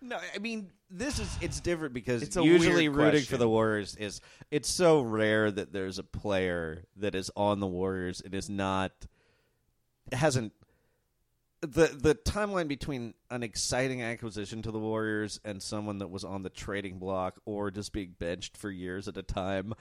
F: No, I mean this is it's different because
E: It's a
F: usually
E: weird
F: rooting for
E: question.
F: the Warriors is it's so rare that there's a player that is on the Warriors and is not hasn't the the timeline between an exciting acquisition to the Warriors and someone that was on the trading block or just being benched for years at a time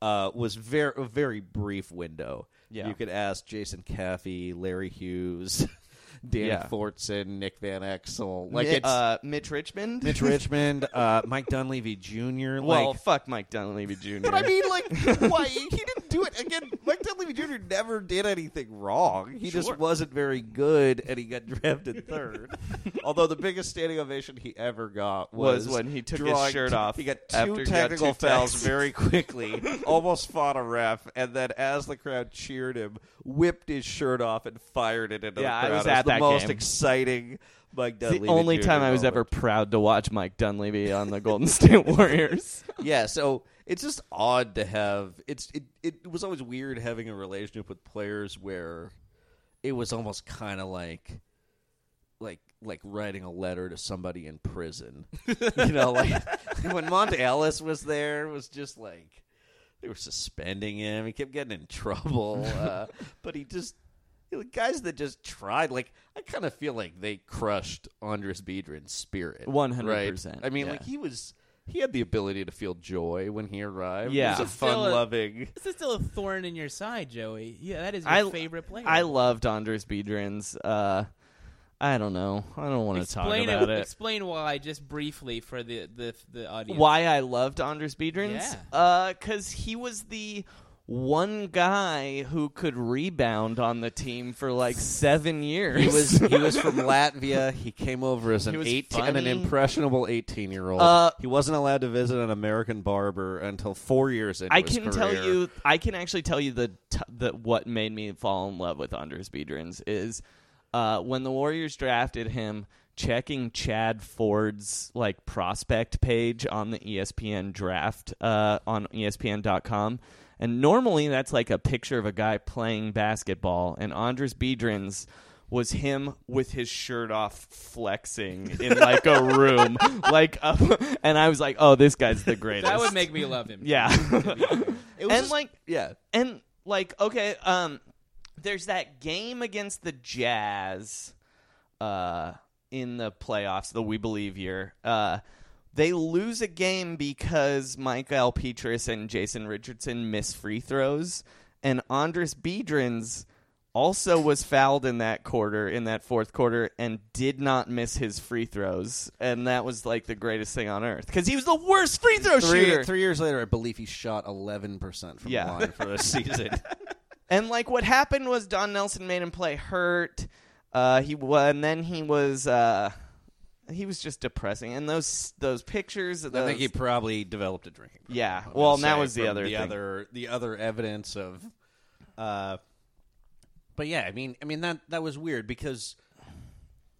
F: uh, was very a very brief window.
E: Yeah.
F: You could ask Jason Caffey, Larry Hughes, Dan
E: Yeah.
F: Fortson, Nick Van Exel.
E: like
F: Like it's
E: uh, Mitch Richmond.
F: Mitch Richmond, uh, Mike Dunleavy Jr.
E: well,
F: like,
E: fuck Mike Dunleavy Jr.
F: but I mean, like, why he didn't do it again? Mike Dunleavy Jr. never did anything wrong. He just wasn't very good, and he got drafted third. Although the biggest standing ovation he ever got was,
E: Was when he took his
F: drawing
E: shirt
F: two-
E: off
F: He got two
E: after he got
F: technical
E: two
F: fouls
E: techs.
F: very quickly, almost fought a ref, and then as the crowd cheered him, whipped his shirt off and fired it into
E: Yeah, I
F: the crowd.
E: was
F: It
E: at
F: the
E: that
F: most
E: game.
F: exciting Mike
E: It's
F: Dunleavy.
E: the only
F: Jr.
E: time I was
F: moment.
E: ever proud to watch Mike Dunleavy on the Golden State Warriors.
F: yeah, so it's just odd to have it's it, it was always weird having a relationship with players where it was almost kind of like like like writing a letter to somebody in prison. you know, like when Monte Ellis was there it was just like they were suspending him. He kept getting in trouble, uh, but he just you know, guys that just tried. Like I kind of feel like they crushed Andres Biedrin's spirit.
E: 100%,
F: right? I mean,
E: yeah.
F: like he was he had the ability to feel joy when he arrived.
E: Yeah.
F: he was a
L: Still a-
F: fun loving.
L: This is still a thorn in your side, Joey. Yeah, that is your
E: I
L: favorite player.
E: I loved Andres Biedrins. Uh, I don't know. I don't want to talk
L: explain
E: about it.
L: Explain why, just briefly for the the, the audience.
E: Why I loved Andres Biedrins?
L: Yeah.
E: Because he was the one guy who could rebound on the team for like seven years.
F: He was he was from Latvia. He came over as an
E: He was
F: eighteen and an
E: funny.
F: impressionable eighteen year old.
E: Uh,
F: he wasn't allowed to visit an American barber until four years into
E: I
F: his
E: can tell
F: career.
E: you. I can actually tell you the t- the what made me fall in love with Andres Biedrins is uh, when the Warriors drafted him. Checking Chad Ford's like prospect page on the E ESPN draft uh, on ESPN.com, and normally that's like a picture of a guy playing basketball, and Andres Biedrins was him with his shirt off flexing in like a room, like, a, and I was like, oh, this guy's the greatest.
L: That would make me love him.
E: yeah.
F: It was
E: and
F: just-
E: like
F: yeah,
E: and like okay um there's that game against the jazz uh in the playoffs the we believe year uh they lose a game because Michael Petris and Jason Richardson miss free throws and Andres Biedrins also was fouled in that quarter, in that fourth quarter, and did not miss his free throws, and that was like the greatest thing on earth because he was the worst free throw
F: three,
E: shooter.
F: Three years later, I believe he shot eleven percent from
E: Yeah.
F: the line for the season.
E: And like what happened was Don Nelson made him play hurt. Uh, he wa- and then he was uh, he was just depressing. And those those pictures. Of
F: I
E: those,
F: think he probably developed a drinking. problem,
E: Yeah.
F: I'm
E: Well,
F: gonna
E: and that
F: say,
E: was the
F: from
E: other
F: the
E: thing.
F: other the other evidence of. Uh, but yeah, I mean, I mean that that was weird because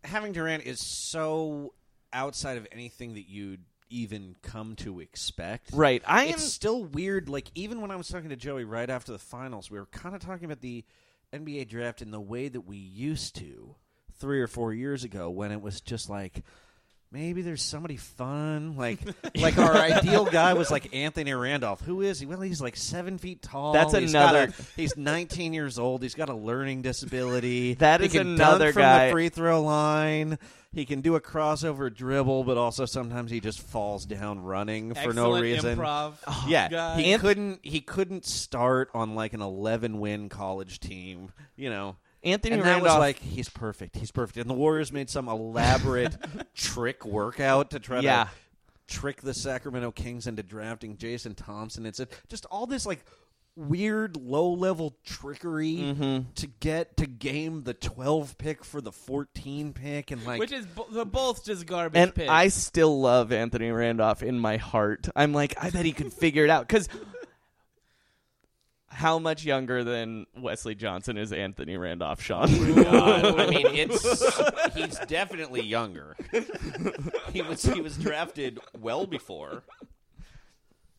F: having Durant is so outside of anything that you'd even come to expect.
E: Right. I am.
F: It's still weird. Like even when I was talking to Joey right after the finals, we were kind of talking about the NBA draft in the way that we used to three or four years ago, when it was just like maybe there's somebody fun. Like like our ideal guy was like Anthony Randolph. Who is he? Well, he's like seven feet tall.
E: That's
F: He's got
E: another-
F: a- he's 19 years old. He's got a learning disability.
E: That
F: He
E: is
F: can dunk
E: another
F: from
E: guy-
F: The free throw line. He can do a crossover dribble, but also sometimes he just falls down running for no
B: Excellent
F: reason.
B: Improv.
E: Oh,
F: Yeah,
B: God.
F: he
E: Anth-
F: couldn't. He couldn't start on like an 11 win college team. You know,
E: Anthony
F: and that was
E: Randolph-
F: like he's perfect. He's perfect. And the Warriors made some elaborate trick workout to try
E: Yeah.
F: to trick the Sacramento Kings into drafting Jason Thompson. It's just all this like weird low level trickery
E: Mm-hmm.
F: to get to game the 12 pick for the 14 pick and like
B: Which is bo- the both just garbage.
E: and
B: picks.
E: I still love Anthony Randolph in my heart. I'm like, I bet he could figure it out because. How much younger than Wesley Johnson is Anthony Randolph, Sean?
F: Oh I mean, it's he's definitely younger. he was he was drafted well before.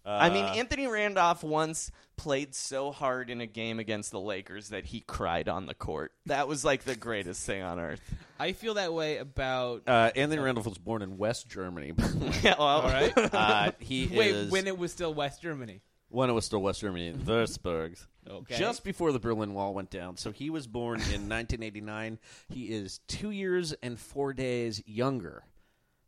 F: Uh,
E: I mean, Anthony Randolph once played so hard in a game against the Lakers that he cried on the court. That was like the greatest thing on earth.
B: I feel that way about.
F: Uh, Anthony Randolph was born in West Germany. by the way.
E: Yeah, well,
B: all right.
F: uh, he
B: Wait,
F: is
B: when it was still West Germany.
F: when it was still West Germany, Würzburg.
B: Okay.
F: Just before the Berlin Wall went down. So he was born in 1989. He is two years and four days younger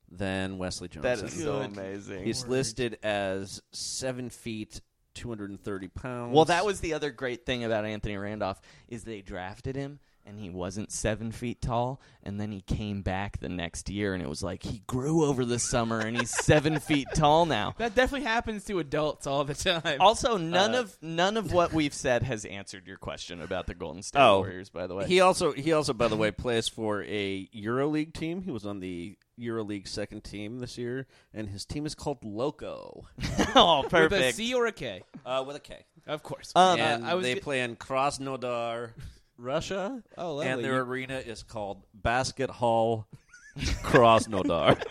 F: than Wesley
E: that
F: Johnson.
E: is so amazing.
F: He's listed as seven feet, 230 pounds.
E: well, that was the other great thing about Anthony Randolph is they drafted him and he wasn't seven feet tall, and then he came back the next year and it was like he grew over the summer and he's seven feet tall now.
B: That definitely happens to adults all the time. Uh,
E: Also, none of none of what we've said has answered your question about the Golden State
F: Oh.
E: Warriors. By the way,
F: He also he also by the way plays for a EuroLeague team. He was on the EuroLeague second team this year, and his team is called Loco
E: oh,
B: with
E: perfect.
B: a C or a K,
F: uh, with a K.
B: of course.
E: Um,
F: And
B: I was
F: they
B: ge-
F: play in Krasnodar, Russia.
B: Oh, lovely.
F: and their arena is called Basket Hall Krasnodar.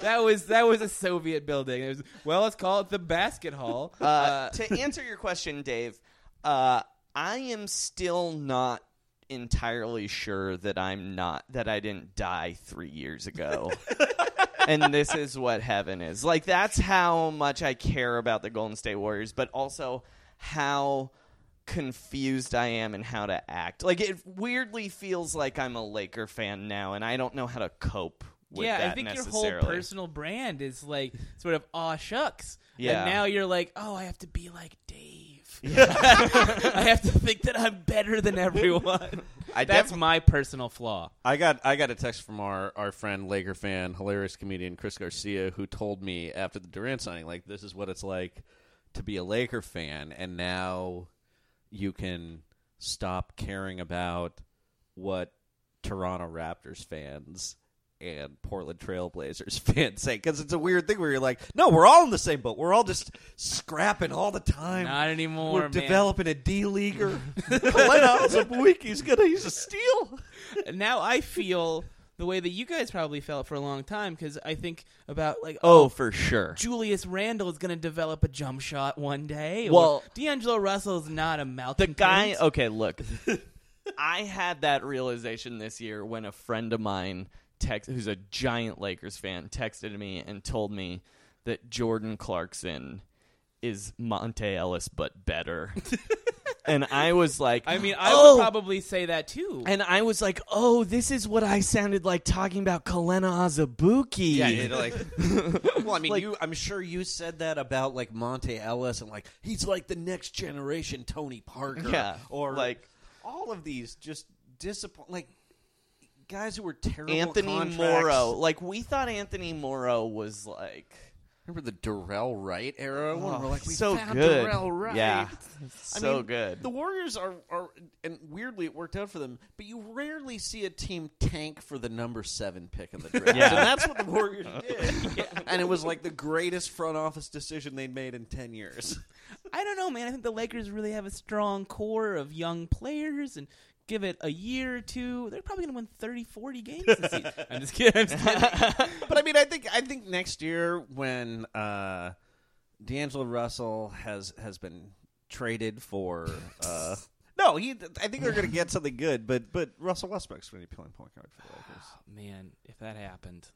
B: that was that was a Soviet building. It was, well, let's call it the basket hall.
E: Uh, to answer your question, Dave, uh, I am still not entirely sure that I'm not that I didn't die three years ago. and this is what heaven is. Like that's how much I care about the Golden State Warriors, but also how confused I am and how to act. Like it weirdly feels like I'm a Laker fan now and I don't know how to cope with
B: yeah,
E: that
B: I think your
E: necessarily.
B: whole personal brand is like sort of aw shucks.
E: Yeah.
B: And now you're like, oh, I have to be like Dave. I have to think that I'm better than everyone.
F: I
B: That's
F: defi-
B: my personal flaw.
F: I got I got a text from our, our friend Laker fan, hilarious comedian Chris Garcia, who told me after the Durant signing, like this is what it's like to be a Laker fan, and now you can stop caring about what Toronto Raptors fans and Portland Trailblazers fans say because it's a weird thing where you're like, no, we're all in the same boat. We're all just scrapping all the time.
B: Not anymore,
F: We're
B: man.
F: developing a D leaguer. Glenn a week. He's gonna. He's a steal.
B: now I feel the way that you guys probably felt for a long time because I think about like,
E: Oh, for sure.
B: Julius Randle is going to develop a jump shot one day. or
E: Well-
B: D'Angelo Russell's not a Malcolm.
E: The guy.
B: Brogdon.
E: Okay, look. I had that realization this year when a friend of mine, text, who's a giant Lakers fan, texted me and told me that Jordan Clarkson is Monte Ellis but better. and I was like,
B: I mean, I
E: oh!
B: would probably say that too.
E: And I was like, oh, this is what I sounded like talking about Kalena Azabuki.
F: Yeah, it, like. well, I mean, you. I'm sure you said that about like Monte Ellis and like he's like the next generation Tony Parker.
E: Yeah,
F: or
E: like-
F: all of these just disappoint like guys who were terrible.
B: Anthony
F: contracts.
B: Morrow. Like we thought Anthony Morrow was like
D: Remember the Darrell Wright era when
E: oh,
D: we're like, we
B: Oh, so
D: found
B: good.
D: Darrell Wright.
B: Yeah,
F: I
B: so
F: mean,
B: good.
F: The Warriors are, are, and weirdly it worked out for them. But you rarely see a team tank for the number seven pick in the draft,
B: Yeah.
F: and that's what the Warriors did. And it was like the greatest front office decision they'd made in ten years.
E: I don't know, man. I think the Lakers really have a strong core of young players and give it a year or two. They're probably going to win 30, 40 games this season. I'm just kidding. I'm just kidding.
F: But I mean, I think I think next year when uh, D'Angelo Russell has has been traded for. Uh, No, he. I think they're going to get something good, but but Russell Westbrook's going to be playing point guard for the Lakers.
E: man, if that happened,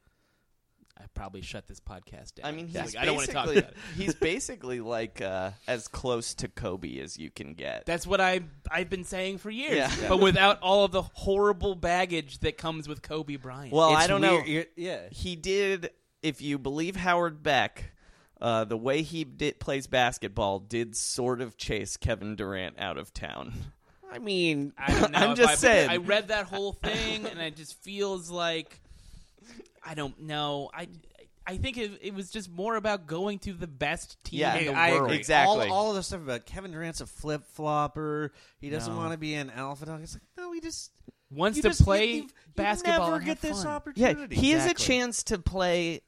E: I probably shut this podcast down.
B: I mean, he's
E: Like, I don't want to talk
B: basically-
E: about it.
B: He's basically like uh, as close to Kobe as you can get.
E: That's what I I've been saying for years,
B: Yeah.
E: but without all of the horrible baggage that comes with Kobe Bryant.
B: well, I
F: It's
B: don't
F: weird.
B: know.
F: You're- yeah.
B: he did if you believe howard beck uh, the way he did, plays basketball did sort of chase kevin durant out of town
F: I mean,
E: I don't know
B: I'm
E: if
B: just
E: I,
B: saying.
E: I read that whole thing, and it just feels like I don't know. I I think it, it was just more about going to the best team
B: Yeah,
E: in the
B: I agree.
E: world.
B: Exactly.
F: All, all of the stuff about Kevin Durant's a flip flopper. He doesn't
E: No.
F: want to be an alpha dog. It's like no, he just
E: Wants
F: you
E: to
F: just-
E: play
F: you- you
E: basketball
F: Never
E: and
F: get
E: have
F: this
E: fun.
B: yeah
F: opportunity.
B: he has a
E: Exactly.
B: chance to play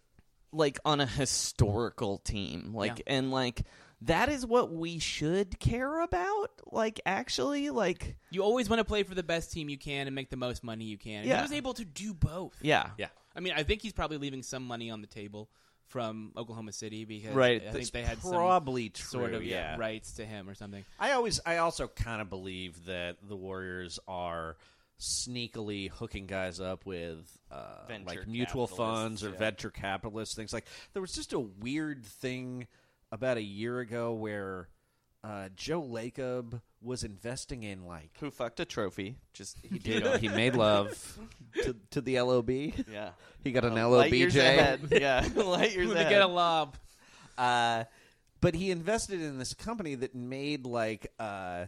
B: like on a historical team like
E: Yeah.
B: and like that is what we should care about like actually like
E: You always want to play for the best team you can and make the most money you can. And
B: Yeah.
E: He was able to do both.
B: yeah
D: Yeah.
E: I mean, I think he's probably leaving some money on the table from Oklahoma City because
B: Right,
E: I
B: that's
E: think they had
F: probably
E: some sort
F: true,
E: of yeah,
F: yeah.
E: rights to him or something.
F: I always, I also kind of believe that the Warriors are sneakily hooking guys up with uh,
B: Venture
F: like mutual funds or
B: capitalists, yeah.
F: venture capitalists, things like. There was just a weird thing about a year ago where uh, Joe Lacob was investing in like
B: who fucked a trophy just he
F: he made love to, to the LOB.
B: yeah Uh,
F: He got an
B: Oh, Light years ahead.
F: LOBJ.
B: yeah light years
E: When
B: ahead.
E: they get a lob,
F: Uh, but he invested in this company that made like uh,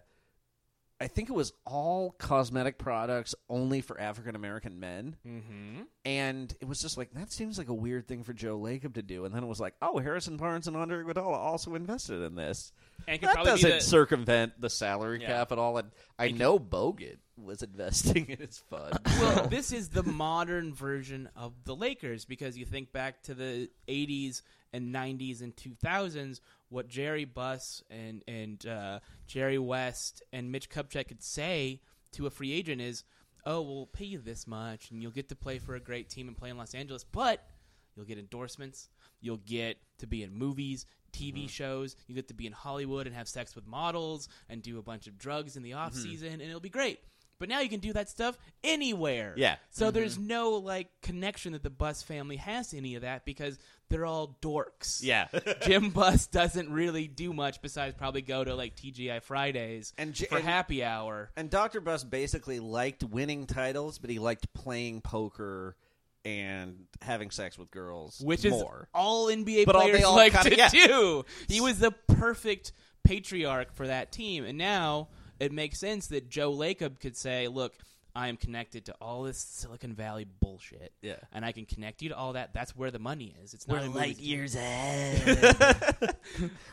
F: I think it was all cosmetic products only for African American men. Mm-hmm. And it was just like that seems like a weird thing for Joe Lacob to do. And then it was like, oh, Harrison Barnes and Andre Iguodala also invested in this.
E: and could
F: That
E: probably
F: doesn't
E: be the,
F: circumvent the salary
E: Yeah.
F: cap at all. And I know Bogut was investing in his fund.
E: well, this is the modern version of the Lakers because you think back to the 80s and 90s and 2000s, what Jerry Buss and and uh, Jerry West and Mitch Kupchak could say to a free agent is, "Oh, we'll pay you this much, and you'll get to play for a great team and play in Los Angeles, but you'll get endorsements, you'll get to be in movies." TV
F: Mm-hmm.
E: shows, you get to be in Hollywood and have sex with models and do a bunch of drugs in the off
F: Mm-hmm.
E: season, and it'll be great. But now you can do that stuff anywhere.
F: Yeah. Mm-hmm.
E: So there's no like connection that the Bus family has to any of that because they're all dorks.
F: yeah.
E: Jim Bus doesn't really do much besides probably go to like TGI Fridays
F: And J-
E: for
F: and-
E: happy hour.
F: And Dr. Buss basically liked winning titles, but he liked playing poker and having sex with girls
E: which is
F: more.
E: all NBA
F: But all-
E: players
F: they all
E: like
F: kinda-
E: to
F: yeah.
E: do. He was the perfect patriarch for that team, and now it makes sense that Joe Lacob could say, "Look, I am connected to all this Silicon Valley bullshit,
F: Yeah.
E: and I can connect you to all that. That's where the money is. It's not in movies.
B: years ahead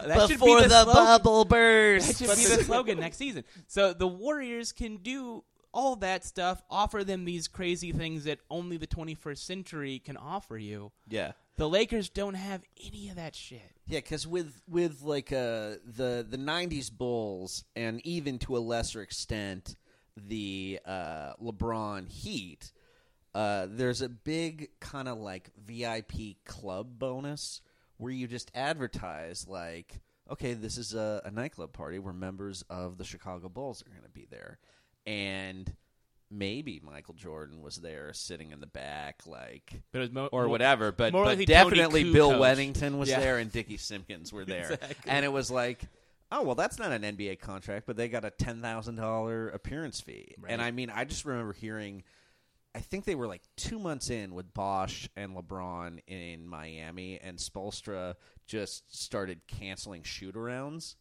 E: That should be
B: before the
E: slogan.
B: bubble
E: That
B: burst.
E: should be the slogan next season. So the Warriors can do all that stuff, offer them these crazy things that only the 21st century can offer you.
F: yeah.
E: The Lakers don't have any of that shit.
F: Yeah, because with with like uh, the the '90s Bulls, and even to a lesser extent, the uh, LeBron Heat, uh, there's a big kind of like VIP club bonus where you just advertise like, okay, this is a, a nightclub party where members of the Chicago Bulls are going to be there, and maybe Michael Jordan was there sitting in the back, like
E: But it was mo-
F: or
E: mo-
F: whatever. But,
E: more
F: but
E: likely Tony
F: definitely
E: Kukoc.
F: Bill Weddington was
E: Yeah.
F: there and Dickie Simpkins were there, and it was like, oh well, that's not an NBA contract, but they got a ten thousand dollar appearance fee. And I mean, I just remember hearing, I think they were like two months in with Bosch and LeBron in Miami, and Spolstra just started canceling shoot arounds.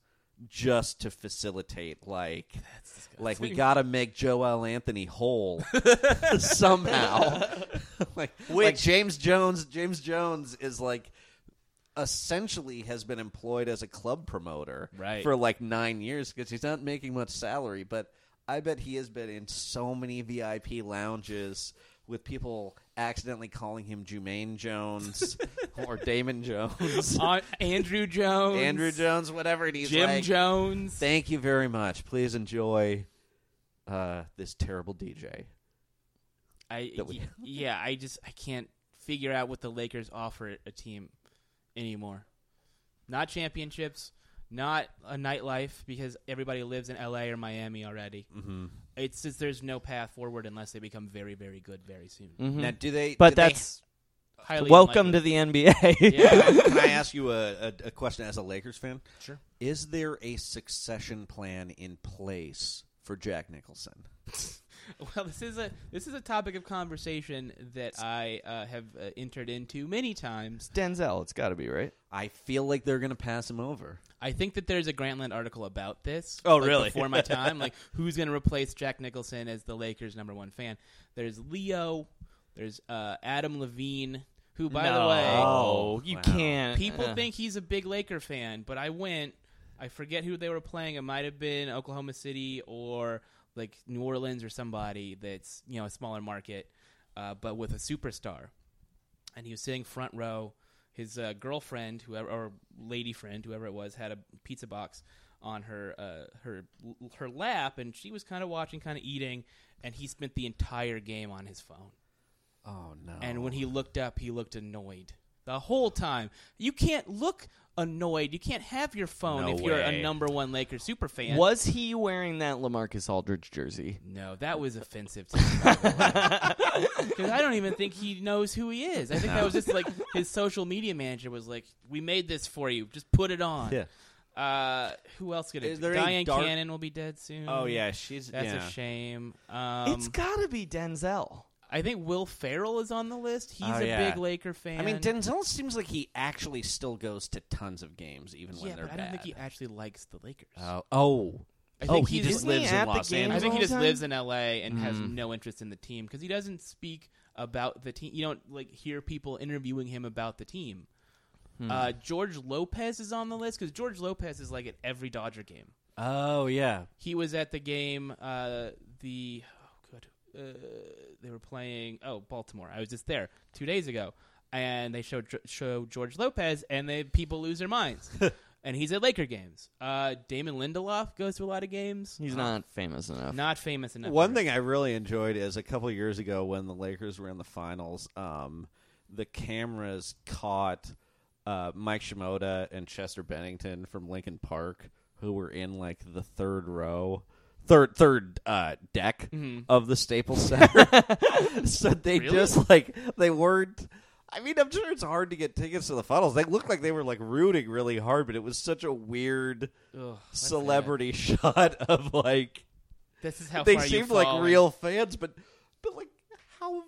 F: just to facilitate like like we got to make Joel Anthony whole somehow. like, like James Jones, James Jones is like essentially has been employed as a club promoter
E: Right.
F: for like 9 years cuz he's not making much salary, but I bet he has been in so many VIP lounges with people accidentally calling him Jumaine Jones or Damon Jones.
E: On- Andrew Jones,
F: Andrew Jones, whatever, and he's
E: Jim
F: like,
E: Jones.
F: Thank you very much. Please enjoy uh, this terrible DJ.
E: I
F: that we-
E: y- yeah, I just I can't figure out what the Lakers offer a team anymore. Not championships, not a nightlife because everybody lives in L.A. or Miami already. Mm-hmm. It's just there's no path forward unless they become very very good very soon.
F: Now, do they?
B: Mm-hmm. But
F: do they-
B: that's
E: Highly
B: welcome to
E: unlikely.
B: the NBA.
E: yeah.
F: can I ask you a, a, a question as a Lakers fan?
E: Sure.
F: Is there a succession plan in place for Jack Nicholson?
E: Well, this is a this is a topic of conversation that I uh, have uh, entered into many times.
B: Denzel, it's got to be right.
F: I feel like they're going to pass him over.
E: I think that there's a Grantland article about this.
F: Oh,
E: like,
F: really?
E: Before my time, like who's going to replace Jack Nicholson as the Lakers' number one fan? There's Leo. There's uh, Adam Levine, who, by the way,
B: no, Oh, you can't.
E: people
B: uh,
E: think he's a big Laker fan. But I went. I forget who they were playing. It might have been Oklahoma City or like New Orleans or somebody that's you know a smaller market, uh, but with a superstar. And he was sitting front row. His uh, girlfriend, whoever or lady friend, whoever it was, had a pizza box on her uh, her her lap, and she was kind of watching, kind of eating. And he spent the entire game on his phone.
F: Oh no!
E: And when he looked up, he looked annoyed the whole time. You can't look annoyed. You can't have your phone
F: No
E: if you're
F: way.
E: a number one Lakers super fan.
B: Was he wearing that Lamarcus Aldridge jersey?
E: No, that was offensive to me. Because I don't even think he knows who he is. I think that was just like his social media manager was like, "We made this for you. Just put it on."
F: Yeah.
E: Uh, who else could
F: Is
E: it? be?
F: there any
E: Diane
F: dark-
E: Cannon will be dead soon.
F: oh yeah, she's
E: that's
F: yeah.
E: a shame. Um,
B: it's got to be Denzel.
E: I think Will Farrell is on the list. He's
F: Oh,
E: a
F: yeah.
E: big Laker fan.
F: I mean, Denzel seems like he actually still goes to tons of games, even
E: yeah,
F: when they're
E: but I
F: bad.
E: don't think he actually likes the Lakers.
F: Oh, oh,
E: I
F: oh,
E: think
F: he
E: he
F: just
E: just-
B: Isn't he
F: lives
B: at
F: in
B: the
F: Los
B: games
F: Angeles.
E: I think he
B: all
E: just
B: the time?
E: lives in LA and has
F: Mm.
E: no interest in the team because he doesn't speak about the team. You don't like hear people interviewing him about the team.
F: Hmm.
E: Uh, George Lopez is on the list because George Lopez is like at every Dodger game.
F: Oh yeah,
E: He was at the game. Uh, the oh good, uh, they were playing. Oh, Baltimore. I was just there two days ago, and they showed show George Lopez, and they people lose their minds. and he's at Laker games. Uh, Damon Lindelof goes to a lot of games.
B: He's not famous enough.
E: Not famous enough.
F: One
E: for
F: thing I really enjoyed is a couple years ago when the Lakers were in the finals, um, the cameras caught uh, Mike Shimoda and Chester Bennington from Lincoln Park, who were in like the third row, third third uh, deck of the Staples Center. so they just like they weren't. I mean, I'm sure it's hard to get tickets to the finals. They looked like they were like rooting really hard, but it was such a weird celebrity shot of like
E: This is how
F: they
E: far you
F: seemed like
E: fall.
F: real fans, but but like how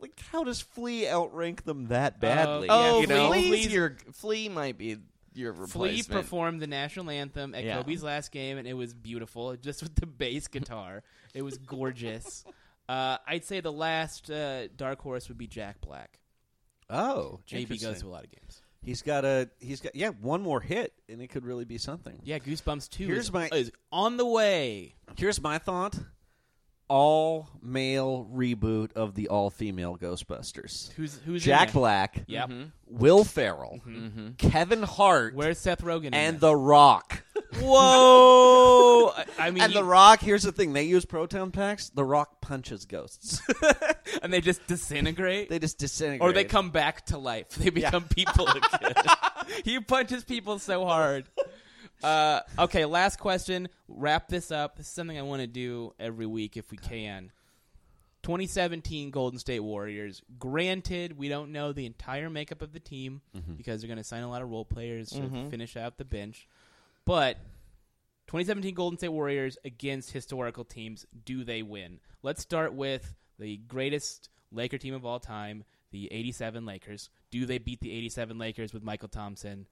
F: like how does Flea outrank them
E: Uh,
F: that badly?
B: oh,
F: you know?
B: Flea's
E: Flea's-
B: your Flea might be your
E: Flea
B: replacement.
E: performed the national anthem at
B: Yeah.
E: Kobe's last game, and it was beautiful, just with the bass guitar. it was gorgeous. Uh, I'd say the last uh, dark horse would be Jack Black.
F: Oh,
E: JB goes to
F: interesting.
E: a lot of games.
F: He's got a he's got yeah one more hit and it could really be something.
E: Yeah, Goosebumps Two
F: Here's
E: is,
F: my-
E: is on the way.
F: Here's my thought: all male reboot of the all female Ghostbusters.
E: Who's who's in
F: Jack
E: there?
F: Black,
E: Yep. Mm-hmm.
F: Will Ferrell, Kevin Hart,
E: Where's Seth Rogen? in
F: and
E: that?
F: The Rock.
E: whoa! I, I mean,
F: and
E: you-
F: The Rock. Here's the thing: they use proton packs. The Rock punches ghosts.
E: and they just disintegrate.
F: They just disintegrate.
E: or they come back to life. They become people again. he punches people so hard. Uh, okay, last question. Wrap this up. This is something I want to do every week if we can. 2017 Golden State Warriors. Granted, we don't know the entire makeup of the team because they're going to sign a lot of role players to finish out the bench. But 2017 Golden State Warriors against historical teams, do they win? Let's start with the greatest Laker team of all time, the 87 Lakers. Do they beat the 87 Lakers with Michael Thompson?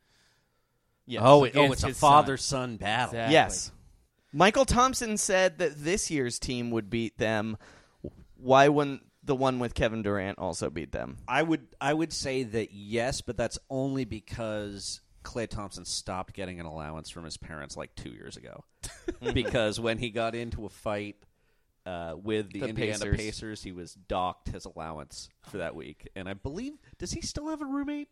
M: Yes.
F: oh, it- oh,
E: against
F: it's a
E: his son.
F: father son battle.
E: Exactly.
M: Yes. Michael Thompson said that this year's team would beat them. Why wouldn't the one with Kevin Durant also beat them?
F: I would I would say that yes, but that's only because Clay Thompson stopped getting an allowance from his parents like two years ago, because when he got into a fight uh, with the,
M: The
F: Indiana
M: Pacers.
F: Pacers. he was docked his allowance for that week, and I believe does he still have a roommate?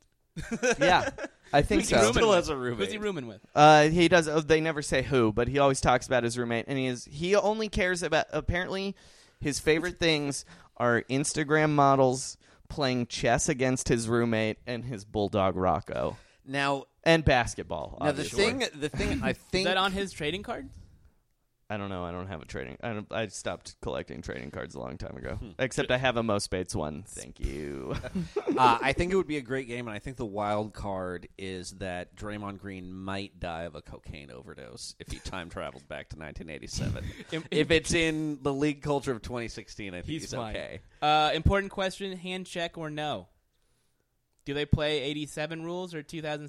M: yeah, I think
E: Who's he
M: so.
E: rooming
F: Still
E: with?
F: has a roommate.
E: Who's he rooming with?
M: Uh, he does. Oh, they never say who, but he always talks about his roommate, and he is he only cares about. Apparently, his favorite things are Instagram models playing chess against his roommate and his bulldog Rocco,
F: Now,
M: and basketball.
F: now the
M: obviously.
F: thing the thing I
E: Is
F: think
E: that on his trading card?
M: I don't know. I don't have a trading. I don't, I stopped collecting trading cards a long time ago.
F: Hmm.
M: Except I have a Most Bates one. Thank you.
F: uh, I think it would be a great game, and I think the wild card is that Draymond Green might die of a cocaine overdose if he time traveled back to 1987. if it's in the league culture of 2016, I think he's,
E: He's fine.
F: okay.
E: Uh, important question: hand check or no? Do they play eighty-seven rules or two thousand
F: I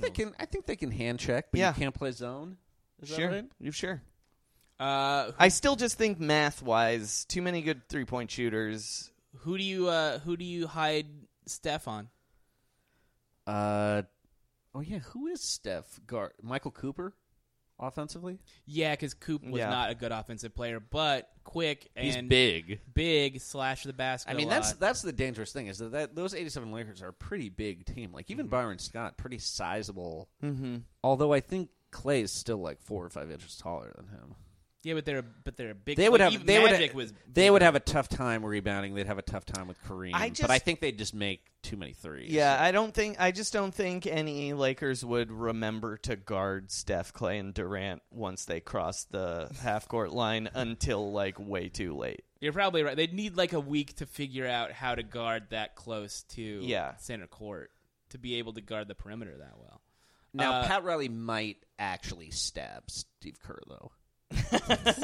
F: think they
E: rules?
F: can. I think they can hand check, but
M: Yeah.
F: you can't play zone. Is
M: sure.
F: that right?
M: You sure?
E: Uh,
M: I still just think math wise, too many good three point shooters.
E: who do you uh, who do you hide Steph on?
F: Uh, oh yeah. Who is Steph? Gar- Michael Cooper, offensively.
E: Yeah, because Coop was
M: Yeah.
E: not a good offensive player, but quick and
F: He's big.
E: big slash the basket.
F: I mean,
E: a
F: that's
E: lot.
F: that's the dangerous thing is that, that those 87 Lakers are a pretty big team. Like even Byron Scott, pretty sizable.
M: Mm-hmm.
F: Although I think Clay is still like four or five inches taller than him.
E: yeah, but they're a- but they're a big.
F: They would
E: like,
F: have
E: even
F: they would
E: Magic
F: have,
E: was
F: they would
E: bigger.
F: have a tough time rebounding. They'd have a tough time with Kareem.
M: I
F: but I
M: just-
F: think they'd just make too many threes.
M: Yeah, I don't think I just don't think any Lakers would remember to guard Steph Clay and Durant once they cross the half court line until like way too late.
E: You're probably right. They'd need like a week to figure out how to guard that close to
M: Yeah.
E: center court to be able to guard the perimeter that well.
F: now
E: Uh,
F: Pat Riley might actually stab Steve Kerr though.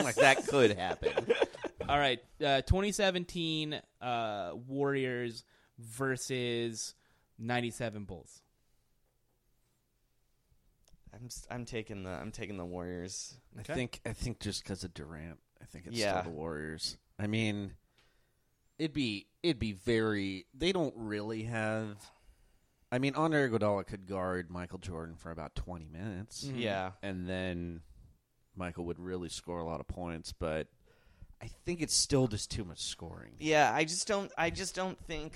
F: like that could happen.
E: All right, uh, 2017 uh, Warriors versus 97 Bulls.
M: I'm s- I'm taking the I'm taking the Warriors.
F: I think I think just because of Durant, I think it's
M: Yeah.
F: still the Warriors. I mean, it'd be it'd be very. They don't really have. I mean, Andre Iguodala could guard Michael Jordan for about twenty minutes,
M: Mm-hmm. Yeah.
F: and then Michael would really score a lot of points. But I think it's still just too much scoring.
M: Yeah, I just don't. I just don't think.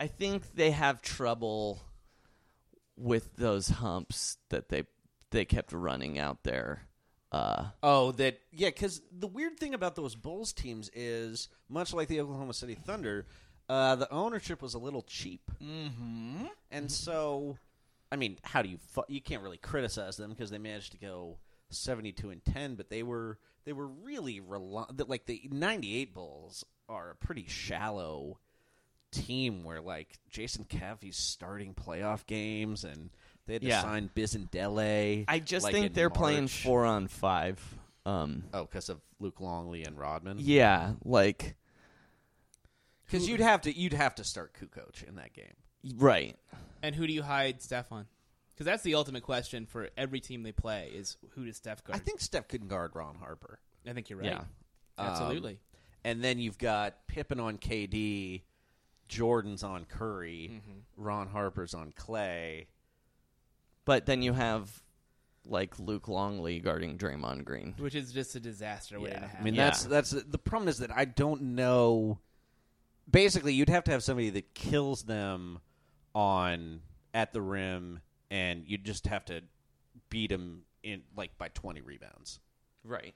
M: I think they have trouble with those humps that they they kept running out there. Uh,
F: Oh, that yeah. Because the weird thing about those Bulls teams is, much like the Oklahoma City Thunder, uh, the ownership was a little cheap, mm-hmm. and so, I mean, how do you fu- you can't really criticize them because they managed to go seventy two and ten, but they were they were really reli- that like the ninety eight Bulls are a pretty shallow team where like Jason Caffey's starting playoff games and. They had to
M: Yeah.
F: sign Bisandele.
M: I just
F: like, in
M: think they're playing
F: March.
M: four on five. Um,
F: Oh, because of Luke Longley and Rodman.
M: yeah, like
F: because you'd have to you'd have to start Kukoc in that game.
M: right.
E: And who do you hide Steph on? Because that's the ultimate question for every team they play: is who does Steph guard?
F: I think Steph couldn't guard Ron Harper,
E: I think you're right.
M: Yeah. Um,
E: Absolutely.
F: and then you've got Pippen on KD, Jordan's on Curry, Ron Harper's on Clay.
M: But then you have like Luke Longley guarding Draymond Green.
E: Which is just a disaster waiting
M: mm-hmm. Yeah.
E: to happen.
F: I mean,
M: Yeah.
F: that's that's the problem is that I don't know. Basically, you'd have to have somebody that kills them on at the rim, and you'd just have to beat them in like by twenty rebounds.
M: Right.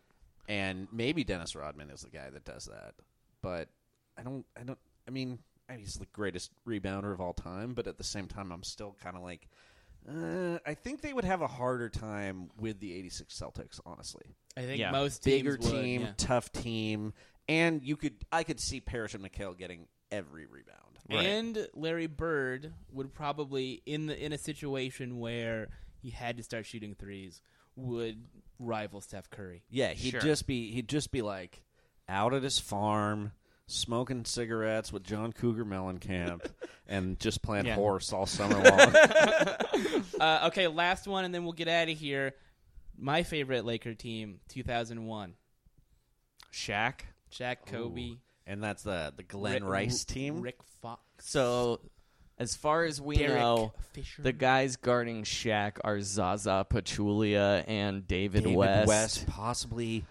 F: and maybe Dennis Rodman is the guy that does that. But I don't, I don't. I mean, I mean, he's the greatest rebounder of all time, but at the same time, I'm still kind of like, uh, I think they would have a harder time with the '86 Celtics, honestly.
E: I think
M: Yeah.
E: most teams
F: Bigger
E: would,
F: team,
E: yeah.
F: tough team, and you could, I could see Parrish and McHale getting every rebound.
E: And Larry Bird would probably in the in a situation where he had to start shooting threes would rival Steph Curry.
F: Yeah, he'd just be he'd just be like out at his farm, smoking cigarettes with John Cougar Mellencamp and just playing
E: Yeah.
F: horse all summer long.
E: Uh, okay, last one, and then we'll get out of here. My favorite Laker team, 2001.
D: Shaq
E: Shaq, Kobe,
F: and that's the the Glenn
E: Rick-
F: Rice team.
E: Rick Fox.
B: So, as far as we
E: Derek
B: know,
E: Fisher.
B: the guys guarding Shaq are Zaza Pachulia and David,
F: David
B: West.
F: possibly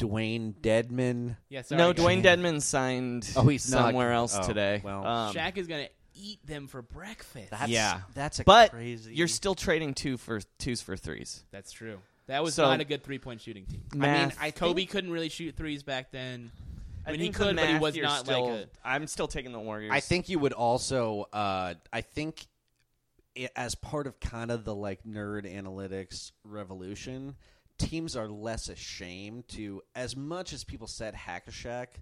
F: Dwayne Deadman.
E: Yeah, sorry,
B: No,
E: guys.
B: Dwayne Dedman signed
F: Oh, he's not-
B: somewhere else
F: oh,
B: today.
F: well.
B: Um,
E: Shaq is gonna eat them for breakfast.
F: That's,
B: Yeah.
F: that's a
B: but
F: crazy.
B: you're still trading two for twos for threes.
E: That's true. That was
B: So-
E: not a good three point shooting team.
B: Math.
E: I mean, I, Kobe couldn't really shoot threes back then. I mean, he
B: think the
E: could, but he
B: math,
E: was
B: you're
E: not
B: still,
E: like a.
B: I'm still taking the Warriors.
F: I think you would also. Uh, I think i as part of kind of the like nerd analytics revolution, teams are less ashamed to as much as people said hack a shack.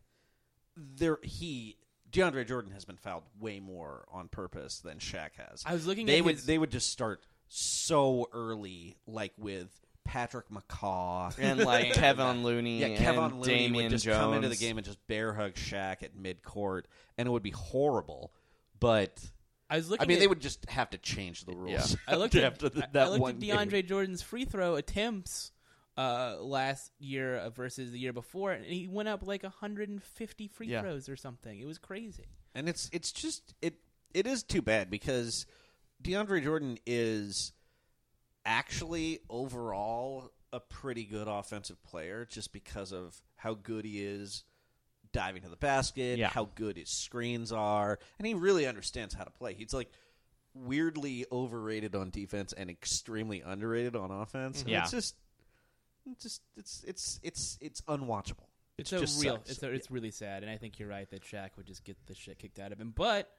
F: There, he DeAndre Jordan has been fouled way more on purpose than Shaq has.
E: I was looking
F: They
E: at
F: would
E: his-
F: they would just start so early, like with Patrick McCaw
B: and like Kevin Looney,
F: uh, yeah, Kevin
B: and
F: Looney
B: Damian
F: would just
B: Jones.
F: come into the game and just bear hug Shaq at midcourt, and it would be horrible. But
E: I was
F: I
E: looking.
F: mean,
E: at,
F: they would just have to change the rules.
E: I looked at,
F: after th-
E: I-
F: that
E: I looked
F: one
E: at
F: game.
E: DeAndre Jordan's free throw attempts uh, last year uh, versus the year before, and he went up like 150 free
F: Yeah.
E: throws or something. It was crazy.
F: and it's it's just it it is too bad because DeAndre Jordan is actually overall a pretty good offensive player just because of how good he is diving to the basket,
B: Yeah.
F: how good his screens are, and he really understands how to play. He's like weirdly overrated on defense and extremely underrated on offense. And
B: Yeah.
F: It's just it's just it's it's it's it's unwatchable.
E: It's
F: It
E: a
F: just
E: real.
F: sucks.
E: It's a, it's really sad, and I think you're right that Shaq would just get the shit kicked out of him. But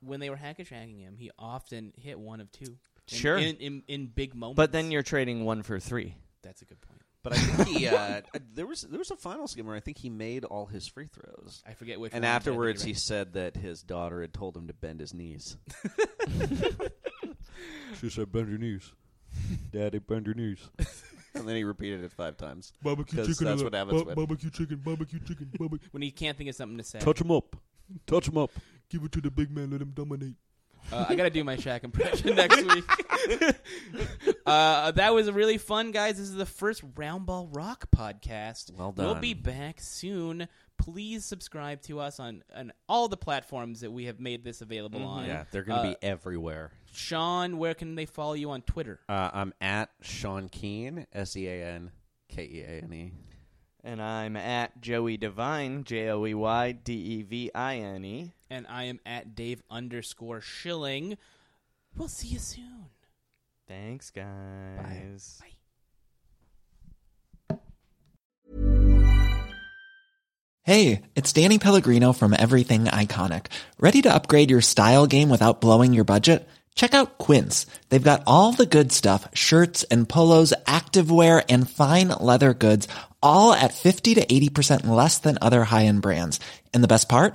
E: when they were hack shacking him, he often hit one of two. In,
B: Sure.
E: in, in in big moments.
B: But then you're trading one for three.
E: that's a good point.
F: But I think he uh, there was there was a finals game where I think he made all his free throws.
E: I forget which.
F: And
E: one, but I think you're
F: afterwards,
E: right.
F: he said that his daughter had told him to bend his knees.
I: She said, bend your knees. Daddy, bend your knees.
F: And then he repeated it five times.
I: Barbecue
F: 'Cause
I: chicken.
F: that's
I: uh,
F: what happens
I: ba-
F: when-
I: Barbecue chicken, barbecue chicken, barbecue.
E: when he can't think of something to say.
I: Touch him up. Touch him up. Give it to the big man, let him dominate.
E: Uh, I gotta do my Shaq impression next week. uh, that was really fun, guys. This is the first Roundball Rock podcast.
F: Well
E: We'll
F: done.
E: be back soon. Please subscribe to us on, on all the platforms that we have made this available
I: Mm-hmm.
E: on.
F: they're going to
E: Uh,
F: be everywhere.
E: Sean, where can they follow you on Twitter?
F: Uh, I'm at Sean Keen, S E A N K E A N E.
B: And I'm at Joey Devine, J O E Y D E V I N E.
E: And I am at Dave underscore Shilling. We'll see you soon.
B: Thanks, guys.
E: Bye.
N: Hey, it's Danny Pellegrino from Everything Iconic. Ready to upgrade your style game without blowing your budget? Check out Quince. They've got all the good stuff shirts and polos, activewear, and fine leather goods, all at 50 to 80% less than other high end brands. And the best part?